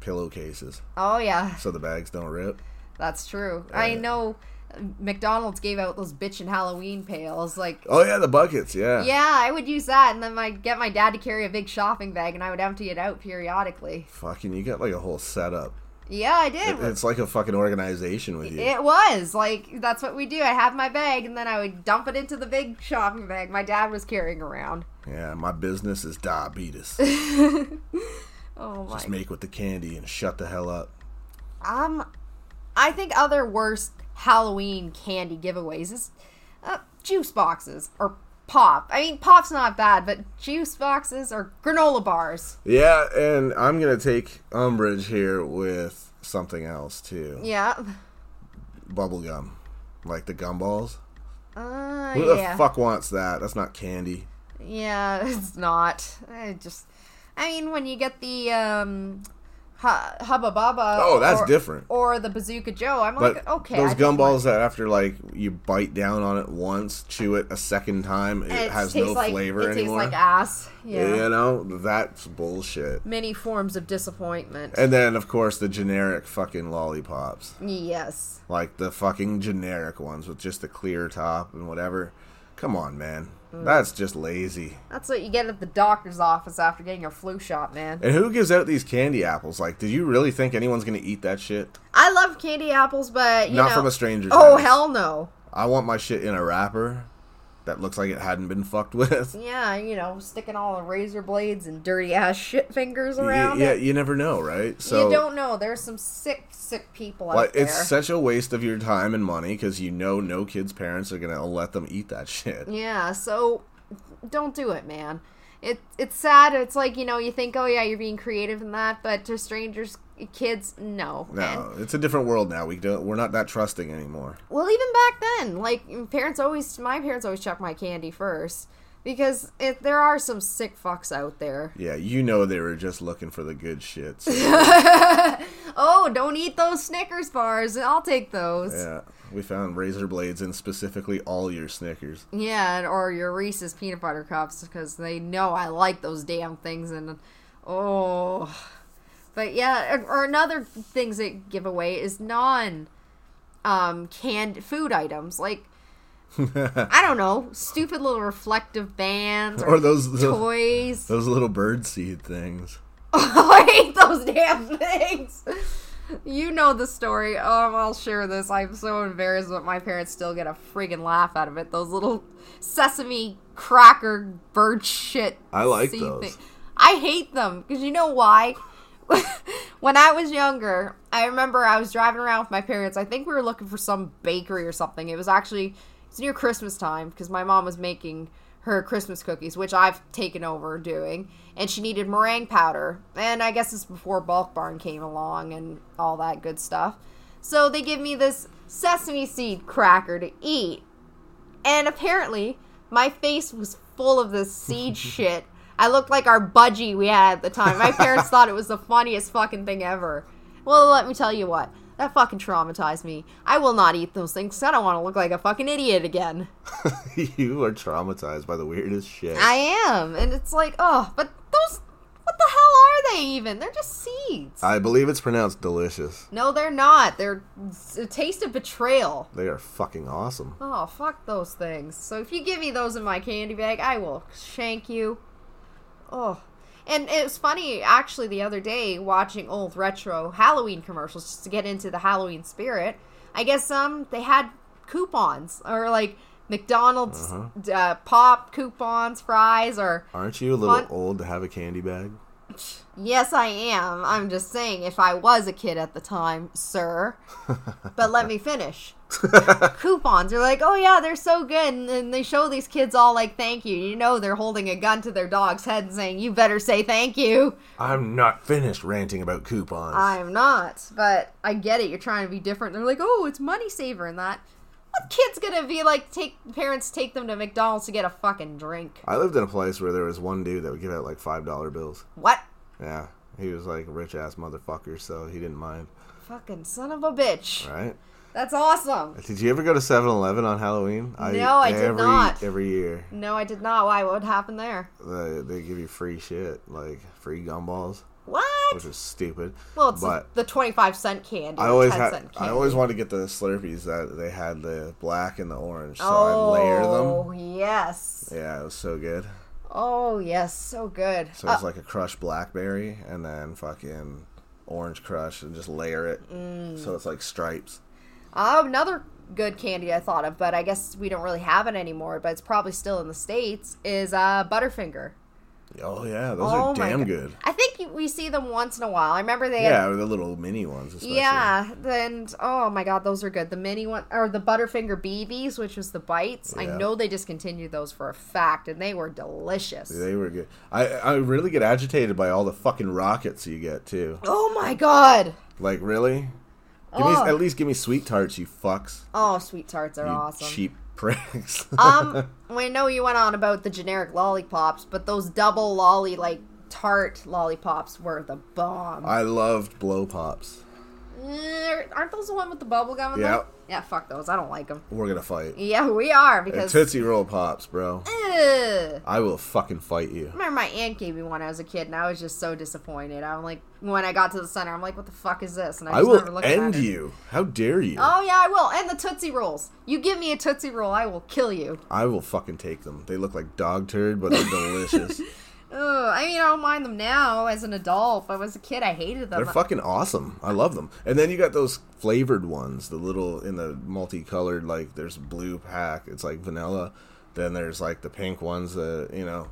pillowcases
Oh yeah,
so the bags don't rip.
That's true. I know uh, McDonald's gave out those bitchin' Halloween pails. Like,
Oh yeah, the buckets. Yeah.
yeah, I would use that, and then I'd get my dad to carry a big shopping bag, and I would empty it out periodically.
Fucking, you got like a whole setup.
Yeah, I did.
It's like a fucking organization with you.
it was like that's what we do. I have my bag, and then I would dump it into the big shopping bag my dad was carrying around.
Yeah, my business is diabetes.
Oh my!
Just make with the candy and shut the hell up.
Um, I think other worst Halloween candy giveaways is uh, juice boxes or pop. I mean, pop's not bad, but juice boxes or granola bars.
Yeah, and I'm gonna take umbrage here with something else too.
Yeah.
Bubble gum, like the gumballs.
Uh,
Who
yeah.
the fuck wants that? That's not candy.
Yeah, it's not. I just, I mean, when you get the um, ha- Hubba Bubba.
Oh, that's
or-
different.
Or the Bazooka Joe. I'm
But
like, okay.
those
I don't
gumballs that after like you bite down on it once, chew it a second time, it,
want- it
has
tastes
no
like,
flavor
it
anymore.
tastes like ass. Yeah.
You know that's bullshit.
Many forms of disappointment.
And then of course the generic fucking lollipops.
yes.
like the fucking generic ones with just the clear top and whatever. Come on, man.
Mm.
That's just lazy.
That's what you get at the doctor's office after getting a flu shot, man.
And who gives out these candy apples? Like, did you really think anyone's gonna eat that shit?
I love candy apples, but you
Not
know-
from a stranger's
Oh
house.
hell no!
I want my shit in a wrapper that looks like it hadn't been fucked with.
Yeah, you know, sticking all the razor blades and dirty ass shit fingers
Y-
around.
yeah,
it.
you never know, right? So
you don't know. There's some sick, sick people out
like,
there.
it's such a waste of your time and money because you know no kid's parents are gonna let them eat that shit.
yeah, so don't do it, man. It it's sad. It's like you know, you think, oh yeah, you're being creative in that, but to strangers, kids, no. And-
No, it's a different world now. We don't. We're not that trusting anymore.
well, even back then, like parents always, my parents always check my candy first because it, there are some sick fucks out there.
Yeah, you know they were just looking for the good shit. so
Oh, don't eat those Snickers bars. I'll take those.
Yeah, we found razor blades in specifically all your Snickers.
Yeah, and- or your Reese's peanut butter cups because they know I like those damn things. And oh, but yeah, or- or another things that give away is non um canned food items like I don't know, stupid little reflective bands or,
Or those those,
toys.
those little bird seed things.
I hate those damn things. You know the story. Um, I'll share this. I'm so embarrassed, but my parents still get a friggin' laugh out of it. Those little sesame cracker bird shit.
I like
seed
those.
I hate them because you know why? when I was younger, I remember I was driving around with my parents. I think we were looking for some bakery or something. It was actually it's near Christmas time because my mom was making her Christmas cookies, which I've taken over doing, and she needed meringue powder. And I guess it's before Bulk Barn came along and all that good stuff. So they give me this sesame seed cracker to eat. And apparently, my face was full of this seed shit. I looked like our budgie we had at the time. My parents thought it was the funniest fucking thing ever. Well, let me tell you what. That fucking traumatized me. I will not eat those things 'cause I don't want to look like a fucking idiot again.
you are traumatized by the weirdest shit.
I am. And it's like, oh, but those. What the hell are they even? They're just seeds.
I believe it's pronounced delicious.
no, they're not. They're it's a taste of betrayal.
They are fucking awesome.
Oh, fuck those things. So if you give me those in my candy bag, I will shank you. Oh. And it was funny, actually, the other day, watching old retro Halloween commercials just to get into the Halloween spirit. I guess um, they had coupons or like McDonald's uh pop coupons, fries, or
Aren't you a little
Fun-
old to have a candy bag?
Yes, I am. I'm just saying, if I was a kid at the time, sir. But let me finish. Coupons are like, oh yeah, they're so good, and, and they show these kids all like, thank you. You know, they're holding a gun to their dog's head and saying, you better say thank you.
I'm not finished ranting about coupons.
I'm not, but I get it. You're trying to be different. They're like, oh, it's money saver and that. What kid's gonna be like? Take parents take them to McDonald's to get a fucking drink.
I lived in a place where there was one dude that would give out like five dollar bills.
What?
Yeah, he was like a rich ass motherfucker, so he didn't mind,
Fucking son of a bitch.
right?
That's awesome.
Did you ever go to 7-Eleven on Halloween?
No, I did
every,
not.
Every year,
No, I did not. Why? What would happen there?
they, they give you free shit, like free gumballs,
What?
which is stupid.
Well, it's
but
the twenty-five cent candy.
I always
ten
had,
cent
I
candy.
always wanted to get the Slurpees that they had the black and the orange, so
oh,
I layer them.
yes.
Yeah, it was so good.
Oh yes, so good. Uh,
So it's like a crushed blackberry and then fucking orange crush and just layer it.
Mm.
So it's like stripes.
Uh, another good candy I thought of, but I guess we don't really have it anymore. But it's probably still in the states. Is uh, Butterfinger.
Oh yeah, those
oh
are damn
God.
good.
I think you- we see them once in a while. I remember they. Had,
Yeah, the little mini ones. Especially.
yeah. Then oh my god, those are good. The mini one or the Butterfinger BBs, which was the bites. I
Yeah.
know they discontinued those for a fact, and they were delicious.
They were good. I, I really get agitated by all the fucking rockets you get too.
Oh my god.
Like really? Give
Oh.
me at least give me sweet tarts, you fucks.
Oh, sweet tarts are
You
awesome.
cheap pricks.
um, we know you went on about the generic lollipops, but those double lolly like tart lollipops were the bomb.
I loved blow pops.
Eh, aren't those the one with the bubble gum in
Yeah.
them? Yeah, fuck those. I don't like them.
We're gonna fight.
Yeah, we are
And
because.
Tootsie Roll pops, bro.
Ugh.
I will fucking fight you.
I remember my aunt gave me one when I was a kid, and I was just so disappointed. I'm like, when I got to the center, I'm like, what the fuck is this? And I,
I
just remember
will
looking
end
at it.
you. How dare you?
Oh yeah, I will. And the Tootsie Rolls. You give me a Tootsie Roll, I will kill you.
I will fucking take them. They look like dog turd, but they're delicious.
Ugh, I mean, I don't mind them now as an adult, but as a kid, I hated them.
They're fucking awesome. I love them. And then you got those flavored ones, the little in the multicolored like there's blue pack. It's like vanilla. Then there's like the pink ones that you know.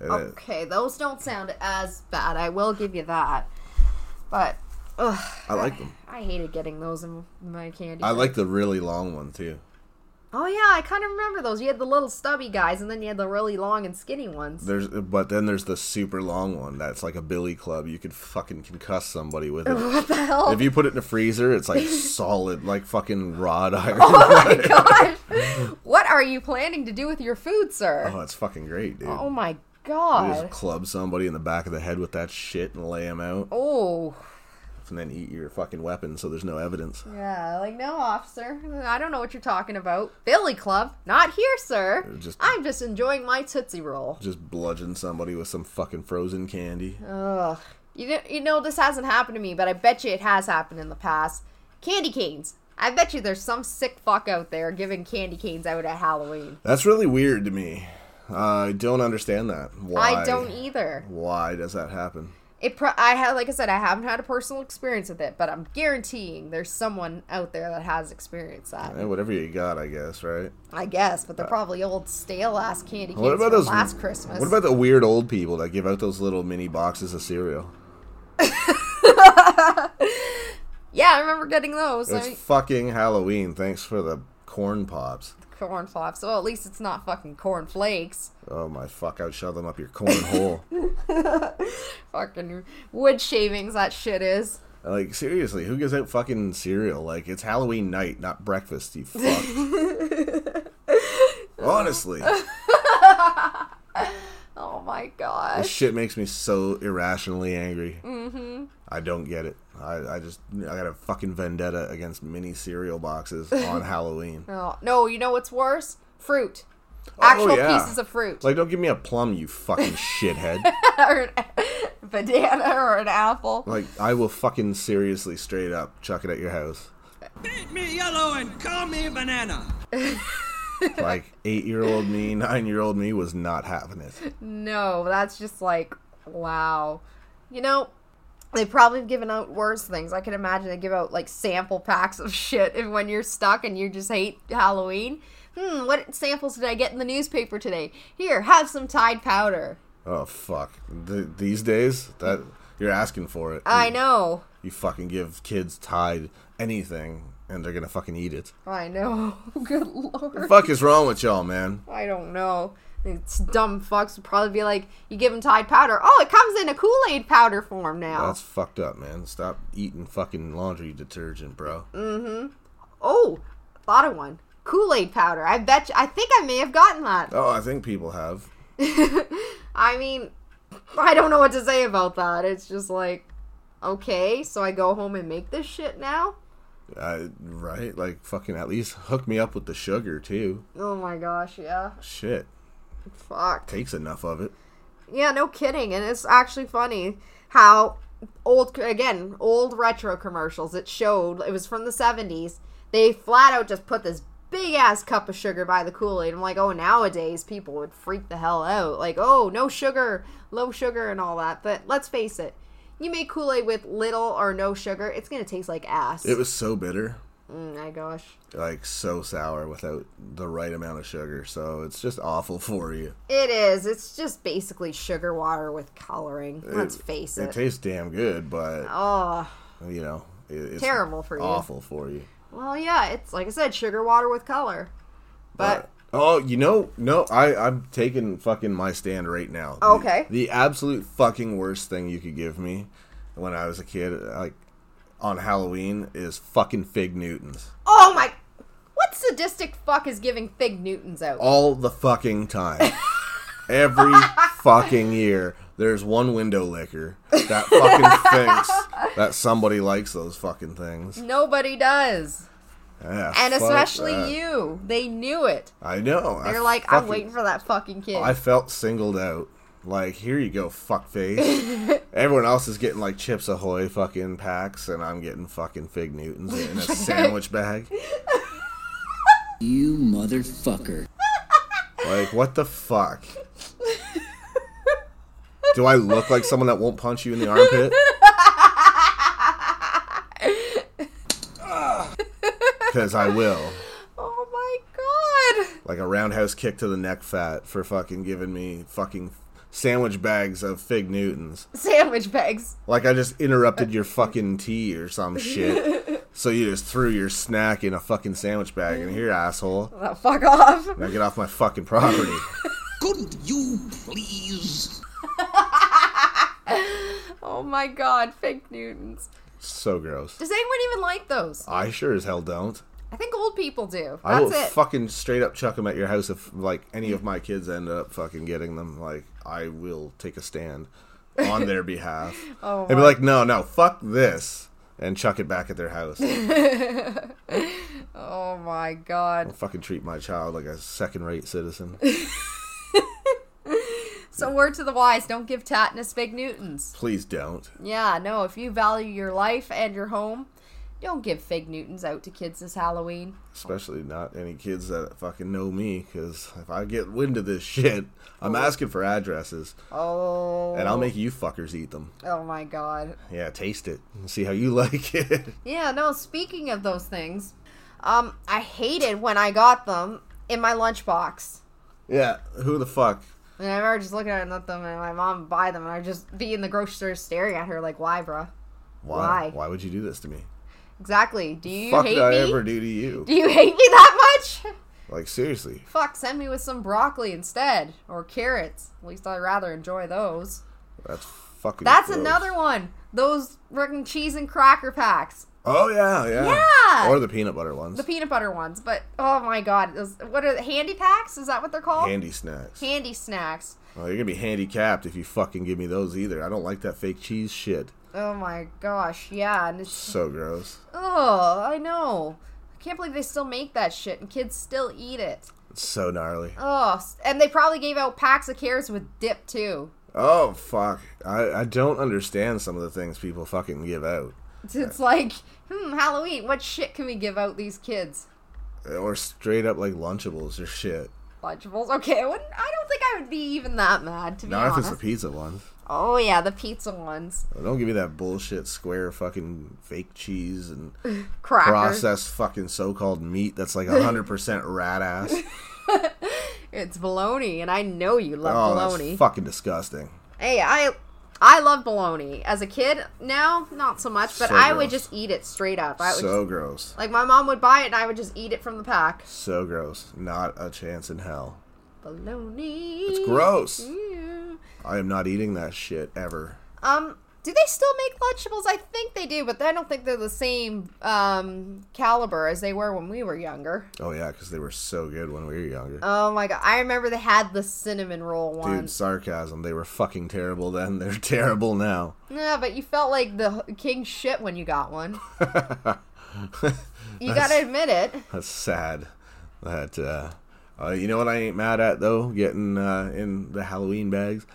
and it-
Okay, those don't sound as bad. I will give you that. But ugh,
I like them.
I hated getting those in my candy.
I
bag.
like the really long one too.
Oh yeah, I kind of remember those. You had the little stubby guys, and then you had the really long and skinny ones.
There's but then there's the super long one that's like a billy club. You could fucking concuss somebody with it.
What the hell?
If you put it in the freezer, it's like solid, like fucking rod iron.
oh my gosh! What are you planning to do with your food, sir?
oh, it's fucking great, dude.
oh my
You just
god!
club somebody in the back of the head with that shit and lay him out.
Oh,
and then eat your fucking weapon so there's no evidence.
Yeah, like no officer. I don't know what you're talking about. Billy Club, not here, sir.
Just-
I'm just enjoying my tootsie roll.
Just bludgeon somebody with some fucking frozen candy.
Ugh. You know, you know this hasn't happened to me, but I bet you it has happened in the past. Candy canes. I bet you there's some sick fuck out there giving candy canes out at Halloween.
That's really weird to me. I don't understand that. Why?
I don't e- either.
Why does that happen?
It pro- I had like I said I haven't had a personal experience with it, but I'm guaranteeing there's someone out there that has experienced that.
Eh, whatever you got, I guess, right?
I guess, but they're probably old stale ass candy canes
Uh, What about
from
those
last Christmas.
What about the weird old people that give out those little mini boxes of cereal?
Yeah, I remember getting those.
It's
I-
fucking Halloween. Thanks for the corn pops.
corn flops. Well, at least it's not fucking corn flakes.
Oh my fuck! I'd shove them up your cornhole.
Fucking wood shavings that shit is.
like seriously, who gives out fucking cereal? Like it's Halloween night, not breakfast. You fuck. Honestly,
Oh my
this
gosh.
shit makes me so irrationally angry. Mm-hmm. I don't get it. I, I just I got a fucking vendetta against mini cereal boxes on Halloween.
No, no, you know what's worse? Fruit. Actual
Oh, yeah.
pieces of fruit.
Like, don't give me a plum, you fucking shithead.
or an banana or an apple.
like, I will fucking seriously, straight up, chuck it at your house.
Paint me yellow and call me banana.
Like, eight year old me, nine year old me was not having it.
No, that's just like, wow. You know, they've probably given out worse things. I can imagine they give out like sample packs of shit if when you're stuck and you just hate Halloween. Hmm, what samples did I get in the newspaper today? Here, have some Tide powder.
Oh, fuck. Th- these days, that you're asking for it.
I
You-
know.
You fucking give kids Tide anything, and they're gonna fucking eat it.
I know. Good lord.
fuck is wrong with y'all, man?
I don't know. These dumb fucks would probably be like, you give them Tide powder. Oh, it comes in a Kool Aid powder form now.
That's fucked up, man. Stop eating fucking laundry detergent, bro.
Oh, thought of one. Kool Aid powder. I bet you. I think I may have gotten that.
Oh, I think people have.
I mean, I don't know what to say about that. It's just like, okay, so I go home and make this shit now?
Uh, right? Like, fucking at least hook me up with the sugar, too.
Oh my gosh, yeah.
Shit.
Fuck.
Takes enough of it.
Yeah, no kidding. And it's actually funny how old, again, old retro commercials, it showed, it was from the 70s. They flat out just put this big ass cup of sugar by the Kool Aid. I'm like, oh, nowadays people would freak the hell out. Like, oh, no sugar, low sugar, and all that. But let's face it. You make Kool Aid with little or no sugar, it's gonna taste like ass.
It was so bitter,
Mm, my gosh.
like so sour without the right amount of sugar. So it's just awful for you.
It is. It's just basically sugar water with coloring. Let's face
It
it.
tastes damn good, but
oh,
you know, it, it's
Terrible for you.
Awful for you.
well, yeah. It's like I said, sugar water with color. But
Oh, you know, no, I I'm taking fucking my stand right now.
oh, Okay.
The, the absolute fucking worst thing you could give me when I was a kid, like on Halloween, is fucking fig Newtons
oh my, what sadistic fuck is giving fig Newtons out?
all the fucking time. Every fucking year, there's one window licker that fucking thinks that somebody likes those fucking things.
Nobody does,
Yeah,
and
fuck
especially
that.
you. They knew it.
I know.
They're
I
like, I'm
fucking-
waiting for that fucking kid.
I felt singled out. Like, here you go, fuckface. Everyone else is getting like Chips Ahoy fucking packs, and I'm getting fucking Fig Newtons in a sandwich bag.
You motherfucker.
Like, what the fuck? Do I look like someone that won't punch you in the armpit? Because I will.
oh my god.
Like a roundhouse kick to the neck fat for fucking giving me fucking sandwich bags of Fig Newtons.
Sandwich bags.
Like I just
Uh,
interrupted your fucking tea or some shit. so you just threw your snack in a fucking sandwich bag and here, asshole.
Oh, fuck off.
Now get off my fucking property.
Couldn't you please?
Oh my god, fig Newtons.
so gross.
Does anyone even like those?
I sure as hell don't.
I think old people do.
Uh, I will
That's it.
fucking straight up chuck them at your house if like any of my kids end up fucking getting them. Like I will take a stand on their behalf.
Oh
and be
my-
like, no, no, fuck this. and chuck it back at their house.
Oh my god.
fucking treat my child like a second rate citizen.
So word to the wise, don't give Tatnus big Newtons.
Please don't.
Yeah, no, if you value your life and your home, don't give fig Newtons out to kids this Halloween.
Especially not any kids that fucking know me, because if I get wind of this shit, I'm asking for addresses,
Oh.
and I'll make you fuckers eat them.
Oh my god.
Yeah, taste it and see how you like it.
Yeah, no, speaking of those things, um, I hated when I got them in my lunchbox.
yeah, who the fuck?
And I remember just looking at them and my mom would buy them and I'd just be in the grocery store staring at her like, why, bruh?
Why?
Why?
Why would you do this to me?
Exactly. Do you
fuck
hate
did I
me?
ever do to you?
Do you hate me that much?
Like seriously,
Fuck, send me with some broccoli instead. Or carrots. At least I'd rather enjoy those.
that's fucking.
That's
gross.
another one. Those freaking cheese and cracker packs.
Oh yeah, yeah.
Yeah!
Or the peanut butter ones.
The peanut butter ones. But oh my god. Those, what are they? Handy packs? Is that what they're called?
Handy snacks.
Candy snacks.
well, you're gonna be handicapped if you fucking give me those either. I don't like that fake cheese shit.
Oh my gosh, yeah, and it's
So gross.
oh, I know. I can't believe they still make that shit and kids still eat it.
It's so gnarly.
Oh, and they probably gave out packs of carrots with dip too.
Oh fuck! I I don't understand some of the things people fucking give out,
It's like, hmm, Halloween. What shit can we give out these kids?
or straight up like Lunchables or shit.
Lunchables. Okay, I wouldn't. I don't think I would be even that mad to be
Not if it's
honest.
the pizza ones.
oh yeah, the pizza ones,
But Don't give me that bullshit square fucking fake cheese and
crackers.
processed fucking so-called meat that's like hundred percent rat ass.
It's bologna, and I know you love
Oh,
bologna.
that's fucking disgusting.
Hey, I I love bologna. As a kid, now not so much, but
So
I would
gross.
just eat it straight up. I would
So
just,
gross.
like my mom would buy it and I would just eat it from the pack.
So gross. Not a chance in hell.
Bologna.
It's
Mm-hmm.
gross.
Yeah.
I am not eating that shit ever.
Um do they still make Lunchables? I think they do, but I don't think they're the same um, caliber as they were when we were younger.
Oh yeah, because they were so good when we were younger.
Oh my god! I remember they had the cinnamon roll one.
Dude, sarcasm. They were fucking terrible then. They're terrible now.
Yeah, but you felt like the h- king shit when you got one. You gotta admit it.
That's sad. That uh, uh, you know what I ain't mad at though, getting uh, in the Halloween bags,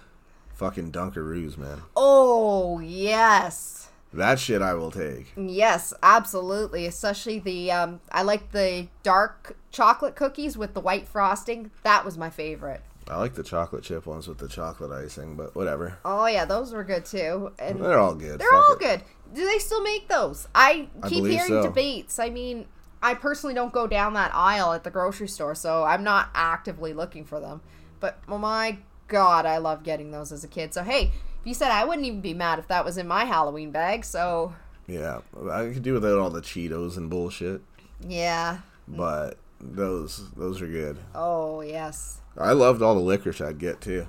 fucking Dunkaroos, man.
Oh yes.
That shit I will take.
Yes, absolutely. Especially the um, I like the dark chocolate cookies with the white frosting. That was my favorite.
I like the chocolate chip ones with the chocolate icing, but whatever.
Oh yeah, those were good too. And
They're all good.
they're
Fuck
all
it.
good. Do they still make those? I
I
keep
believe so.
hearing debates. I mean, I personally don't go down that aisle at the grocery store, so I'm not actively looking for them. But oh my god, I love getting those as a kid. So hey, if you said I wouldn't even be mad if that was in my Halloween bag. So
Yeah, I could do without all the Cheetos and bullshit,
yeah.
but those those are good.
Oh yes.
I loved all the licorice I'd get too.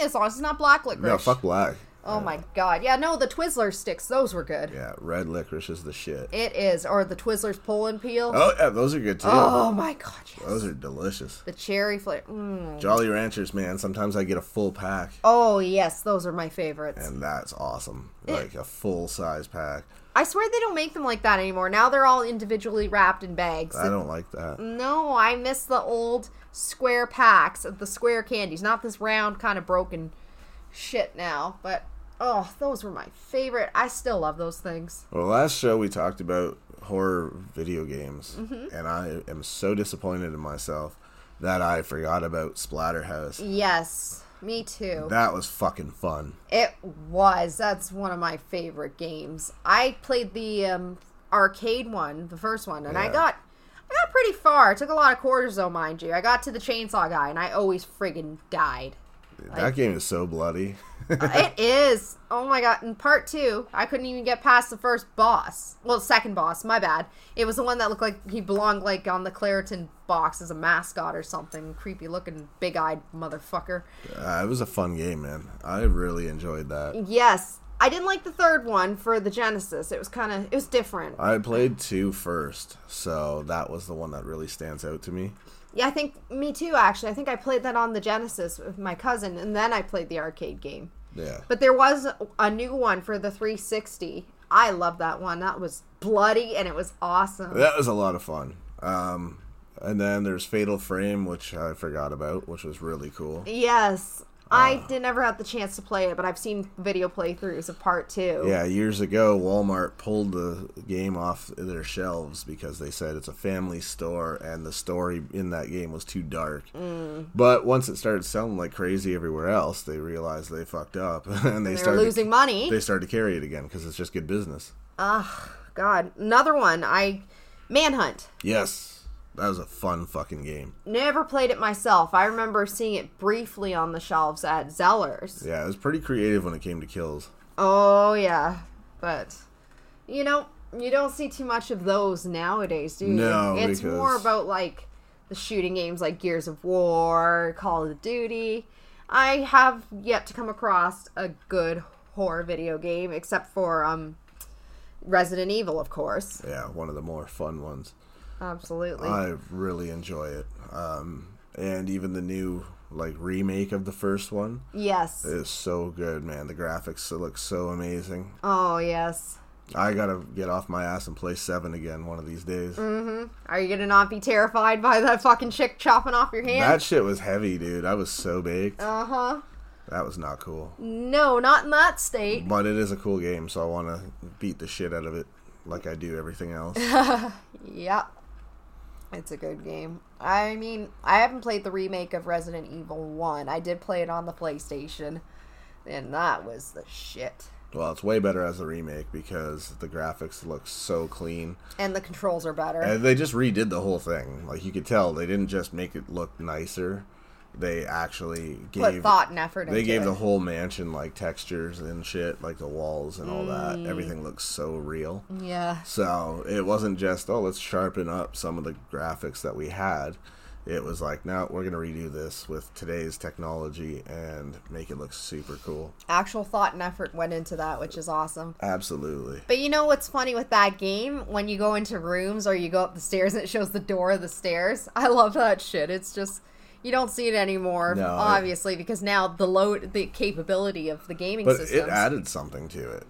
As long as it's not black licorice.
No, fuck black.
Oh my god. Yeah, no, the Twizzler sticks, those were good.
Yeah, red licorice is the shit.
It is. Or the Twizzlers pull and peel. Oh,
Oh yeah, those are good too.
my god, yes.
Those are delicious.
The cherry flavor. Mm.
Jolly Ranchers, man. Sometimes I get a full pack,
Oh yes, those are my favorites.
and that's awesome. Like a full size pack.
I swear they don't make them like that anymore. Now they're all individually wrapped in bags.
I don't like that.
no, I miss the old square packs of the square candies, not this round kind of broken shit now. But oh, those were my favorite. I still love those things.
Well, last show we talked about horror video games, and I am so disappointed in myself that I forgot about Splatterhouse.
Mm. Yes, me too.
That was fucking fun.
It was. That's one of my favorite games. I played the um, arcade one, the first one, and I
Yeah.
got I got pretty far. It took a lot of quarters though, mind you. I got to the chainsaw guy and I always friggin' died.
That game is so bloody.
it is. Oh my god. In part two, I couldn't even get past the first boss. Well, second boss, my bad. It was the one that looked like he belonged like on the Claritin box as a mascot or something. Creepy looking big eyed motherfucker.
Uh, it was a fun game, man. I really enjoyed
Mm.
that.
Yes. I didn't like the third one for the Genesis. It was kind of it was different.
I played two first, so that was the one that really stands out to me.
Yeah, I think me too. Actually, I think I played that on the Genesis with my cousin, and then I played the arcade game.
Yeah.
But there was a new one for the 360, I love that one. That was bloody and it was awesome.
That was a lot of fun. Um, and then there's Fatal Frame, which I forgot about, which was really cool.
Yes.
Uh.
I did never have the chance to play it, but I've seen video playthroughs of part two.
Yeah, years ago, Walmart pulled the game off their shelves because they said it's a family store and the story in that game was too dark.
Mm.
But once it started selling like crazy everywhere else, they realized they fucked up and they
They're
started
losing money.
They started to carry it again because it's just good business.
God, another one. I Manhunt.
Yes, that was a fun fucking game.
Never played it myself. I remember seeing it briefly on the shelves at Zeller's.
Yeah, it was pretty creative when it came to kills.
Oh yeah, but you know you don't see too much of those nowadays, do you?
No,
it's
because-
more about like the shooting games like Gears of War, Call of Duty. I have yet to come across a good horror video game except for um Resident Evil, of course.
Yeah, one of the more fun ones.
Absolutely.
I really enjoy it. Um, and even the new like remake of the first one
yes.
is so good, man. The graphics look so amazing.
oh yes.
I gotta get off my ass and play seven again one of these days.
Are you gonna not be terrified by that fucking chick chopping off your hand?
That shit was heavy, dude. I was so baked.
Uh huh.
That was not cool.
Mm. No, not in that state.
But it is a cool game, so I want to beat the shit out of it, like I do everything else.
Yep. It's a good game. I mean, I haven't played the remake of Resident Evil 1. I did play it on the PlayStation, and that was the shit.
well, it's way better as a remake because the graphics look so clean.
And the controls are better.
And they just redid the whole thing. Like you could tell, they didn't just make it look nicer. They actually gave
Put thought and effort
They
into
gave
it.
the whole mansion like textures and shit, like the walls and all
Mm.
that. Everything looks so real.
yeah.
So it wasn't just oh, let's sharpen up some of the graphics that we had. It was like, no, we're gonna redo this with today's technology and make it look super cool.
Actual thought and effort went into that, which is awesome.
Absolutely.
But you know what's funny with that game? When you go into rooms or you go up the stairs and it shows the door of the stairs. I love that shit. It's just you don't see it anymore,
No, it-
obviously, because now the load the capability of the gaming
But
systems.
it added something to it.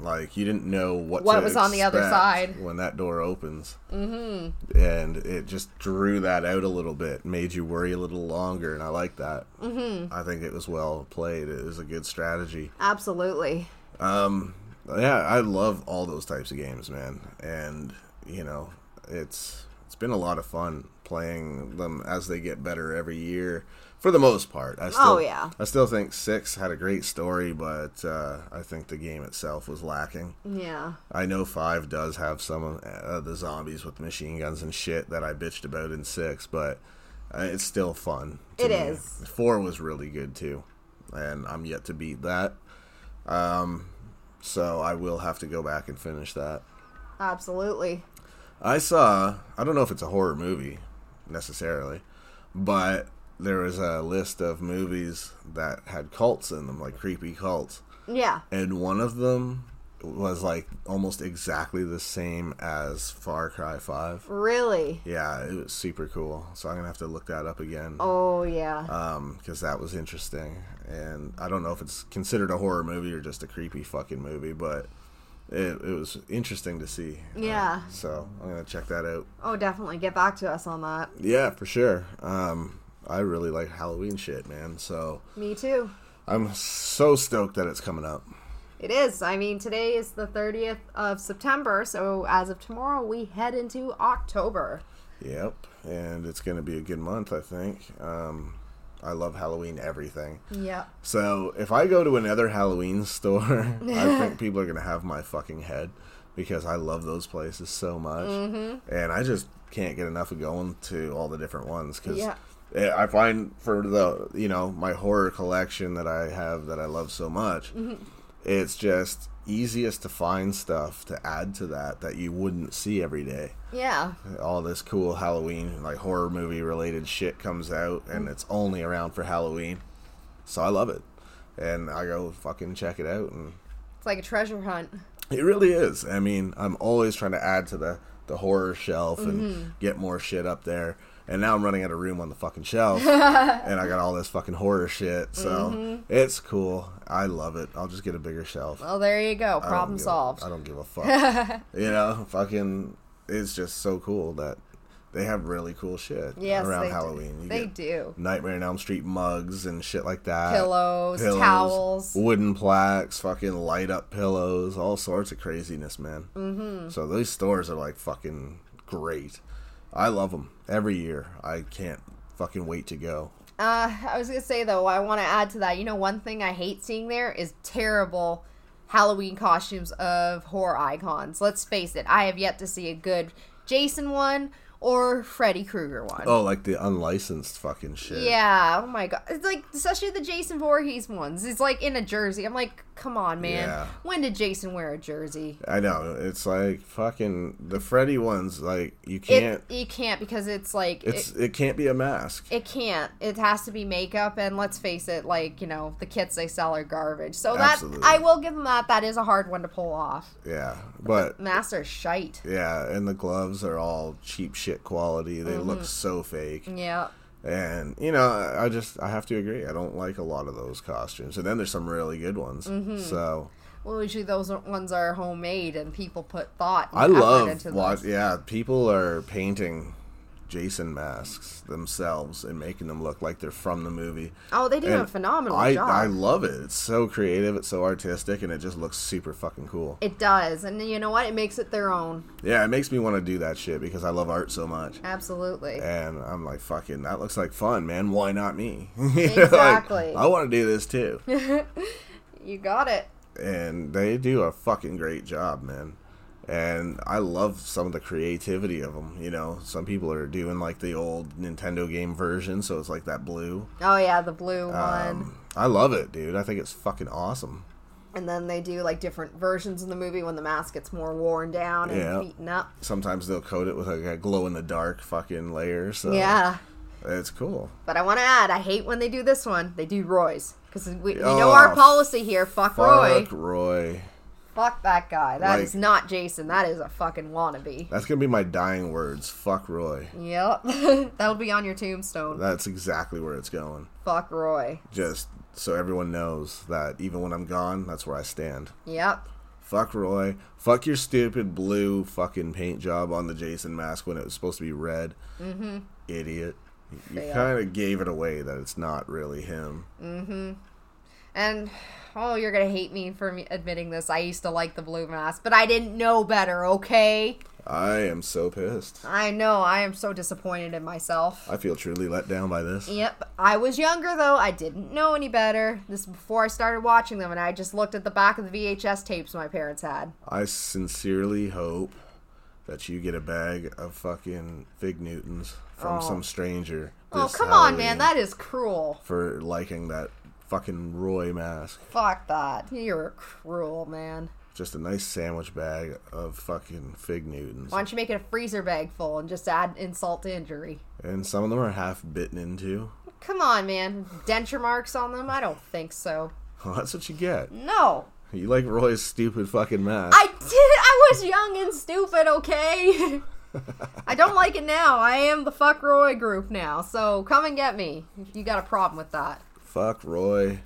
Like you didn't know what
What
to
was on the other
expect
side.
when that door opens, mm-hmm. and it just drew that out a little bit, made you worry a little longer, and I like that. Mm-hmm. I think it was well played. It was a good strategy.
Absolutely.
Um, yeah, I love all those types of games, man, and you know, it's it's been a lot of fun playing them as they get better every year. For the most part, I still,
Oh, yeah.
I still think six had a great story, but uh, I think the game itself was lacking.
Yeah.
I know five does have some of uh, the zombies with machine guns and shit that I bitched about in six, but uh, it's still fun. to
It
me.
is.
Four was really good too, and I'm yet to beat that. Um, so I will have to go back and finish that.
Absolutely.
I saw. I don't know if it's a horror movie necessarily, but there was a list of movies that had cults in them, like creepy cults
Yeah.
and one of them was like almost exactly the same as Far Cry 5.
Really.
Yeah, it was super cool. So I'm going to have to look that up again.
Oh yeah.
Um, cuz that was interesting. And I don't know if it's considered a horror movie or just a creepy fucking movie, but it, it was interesting to see.
Yeah.
so I'm going to check that out.
oh, definitely get back to us on that.
Yeah, for sure. Um I really like Halloween shit, man. So
Me too.
I'm so stoked that it's coming up.
It is. I mean, today is the 30th of September, so as of tomorrow we head into October.
Yep, and it's going to be a good month, I think. Um, I love Halloween everything.
Yep.
So if I go to another Halloween store, I think people are going to have my fucking head because I love those places so much, and I just can't get enough of going to all the different ones because.
Yeah.
I find for the you know my horror collection that I have that I love so much, it's just easiest to find stuff to add to that that you wouldn't see every day
Yeah.
all this cool Halloween like horror movie related shit comes out and it's only around for Halloween. So I love it. And I go fucking check it out and
It's like a treasure hunt.
it really is. I mean, I'm always trying to add to the the horror shelf and get more shit up there. and now I'm running out of room on the fucking shelf, and I got all this fucking horror shit. So it's cool. I love it. I'll just get a bigger shelf.
Well, Oh, there you go.
I don't
Problem
give a-
solved.
I don't give a fuck. you know, fucking, it's just so cool that they have really cool shit
Yes,
around
they do.
Halloween. You
They
get
do.
Nightmare on Elm Street mugs and shit like that.
Pillows, towels.
wooden plaques, fucking light up pillows, all sorts of craziness, man. Mm-hmm. So these stores are like fucking great. I love them every year. I can't fucking wait to go.
Uh, I was gonna say though, I want to add to that. You know, one thing I hate seeing there is terrible Halloween costumes of horror icons. Let's face it, I have yet to see a good Jason one or Freddy Krueger one.
Oh, like the unlicensed fucking shit.
Yeah, oh my god. It's like especially the Jason Voorhees ones. It's like in a jersey. I'm like, come on, man.
Yeah.
When did Jason wear a jersey?
I know. It's like fucking the Freddy ones. Like you
It,
can't.
you can't because it's like
it's
it,
it, can't be a mask.
it can't. It has to be makeup and let's face it, like, you know, the kits they sell are garbage. So
Absolutely.
that I will give them that that is a hard one to pull off.
yeah, but
Masks are shite.
yeah, and the gloves are all cheap shit quality. They
Mm-hmm.
look so fake.
Yeah.
And you know, I I just I have to agree. I don't like a lot of those costumes. And then there's some really good ones.
Mm-hmm.
So
Well, usually those are- ones are homemade and people put thought and
I
effort
love
into
watch.
those.
Yeah, people are painting Jason masks themselves and making them look like they're from the movie.
Oh, they do
And
a phenomenal
I,
job.
I love it. It's so creative. It's so artistic, and it just looks super fucking cool.
it does. And you know what? It makes it their own.
Yeah, it makes me want to do that shit because I love art so much.
Absolutely.
And I'm like, fucking, that looks like fun, man. Why not me? You know, like,
Exactly.
I want to do this too.
You got it.
and they do a fucking great job, man. And I love some of the creativity of them. You know, some people are doing like the old Nintendo game version, so it's like that blue.
Oh yeah, the blue one.
Um, I love it, dude. I think it's fucking awesome.
And then they do like different versions in the movie when the mask gets more worn down and
Yeah.
beaten up.
Sometimes they'll coat it with like a glow in the dark fucking layer. So
Yeah.
it's cool.
But I want to add, I hate when they do this one. They do Roy's because we, we know
Oh,
our policy here. Fuck, Roy.
Fuck Roy.
Fuck that guy. That is
Like-
not Jason. That is a fucking wannabe.
That's gonna be my dying words. Fuck Roy.
Yep. That'll be on your tombstone.
That's exactly where it's going.
Fuck Roy.
Just so everyone knows that even when I'm gone, that's where I stand.
Yep.
Fuck Roy. Fuck your stupid blue fucking paint job on the Jason mask when it was supposed to be red. Mm-hmm. Idiot. You
Fail.
kind of gave it away that it's not really him.
And oh, you're gonna hate me for me admitting this. I used to like the blue mask, but I didn't know better. Okay.
I am so pissed.
I know. I am so disappointed in myself.
I feel truly let down by this.
Yep. I was younger though. I didn't know any better. This is before I started watching them, and I just looked at the back of the VHS tapes my parents had.
I sincerely hope that you get a bag of fucking fig Newtons from some stranger.
Oh,
this
come on,
Halloween
man. That is cruel.
for liking that fucking Roy mask.
Fuck that. You're cruel, man.
Just a nice sandwich bag of fucking fig Newtons.
Why don't you make it a freezer bag full and just add insult to injury?
And some of them are half bitten into.
Come on, man. Denture marks on them? I don't think so.
Well, that's what you get.
No.
You like Roy's stupid fucking mask.
I did I was young and stupid, okay? I don't like it now. I am the fuck Roy group now, so come and get me if you got a problem with that.
Fuck Roy.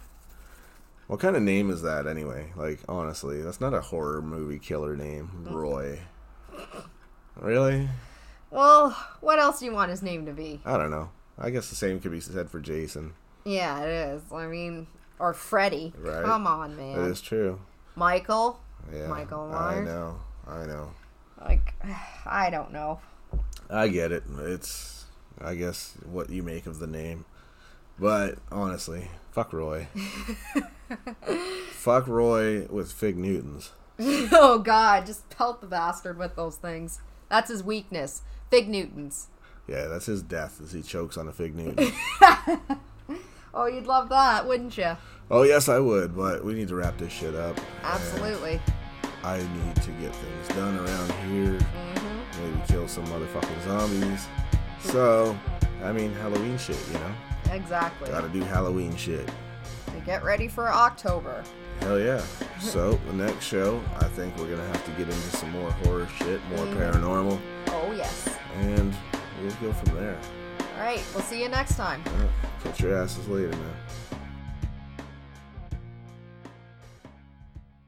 What kind of name is that anyway? Like, honestly, that's not a horror movie killer name. Roy. Really?
Well, what else do you want his name to be?
I don't know. I guess the same could be said for Jason.
Yeah, it is. I mean, or Freddy.
Right.
Come on,
That
man.
is true.
Michael.
Yeah. I
Michael Myers.
know. I know.
Like, I don't know.
I get it. It's, I guess, what you make of the name. But honestly, fuck Roy. fuck Roy with Fig Newtons.
oh God, just pelt the bastard with those things. That's his weakness. Fig Newtons.
Yeah, that's his death as he chokes on a Fig Newton.
Oh, you'd love that, wouldn't you?
oh, yes, I would, but we need to wrap this shit up.
Absolutely.
I need to get things done around here. Maybe kill some motherfucking zombies. So, I mean, Halloween shit, you know?
Exactly.
Gotta do Halloween shit.
So get ready for October.
Hell yeah. So, the next show, I think we're gonna have to get into some more horror shit, more paranormal,
Oh yes.
and we'll go from there.
All right, we'll see you next time.
Catch your asses later, man.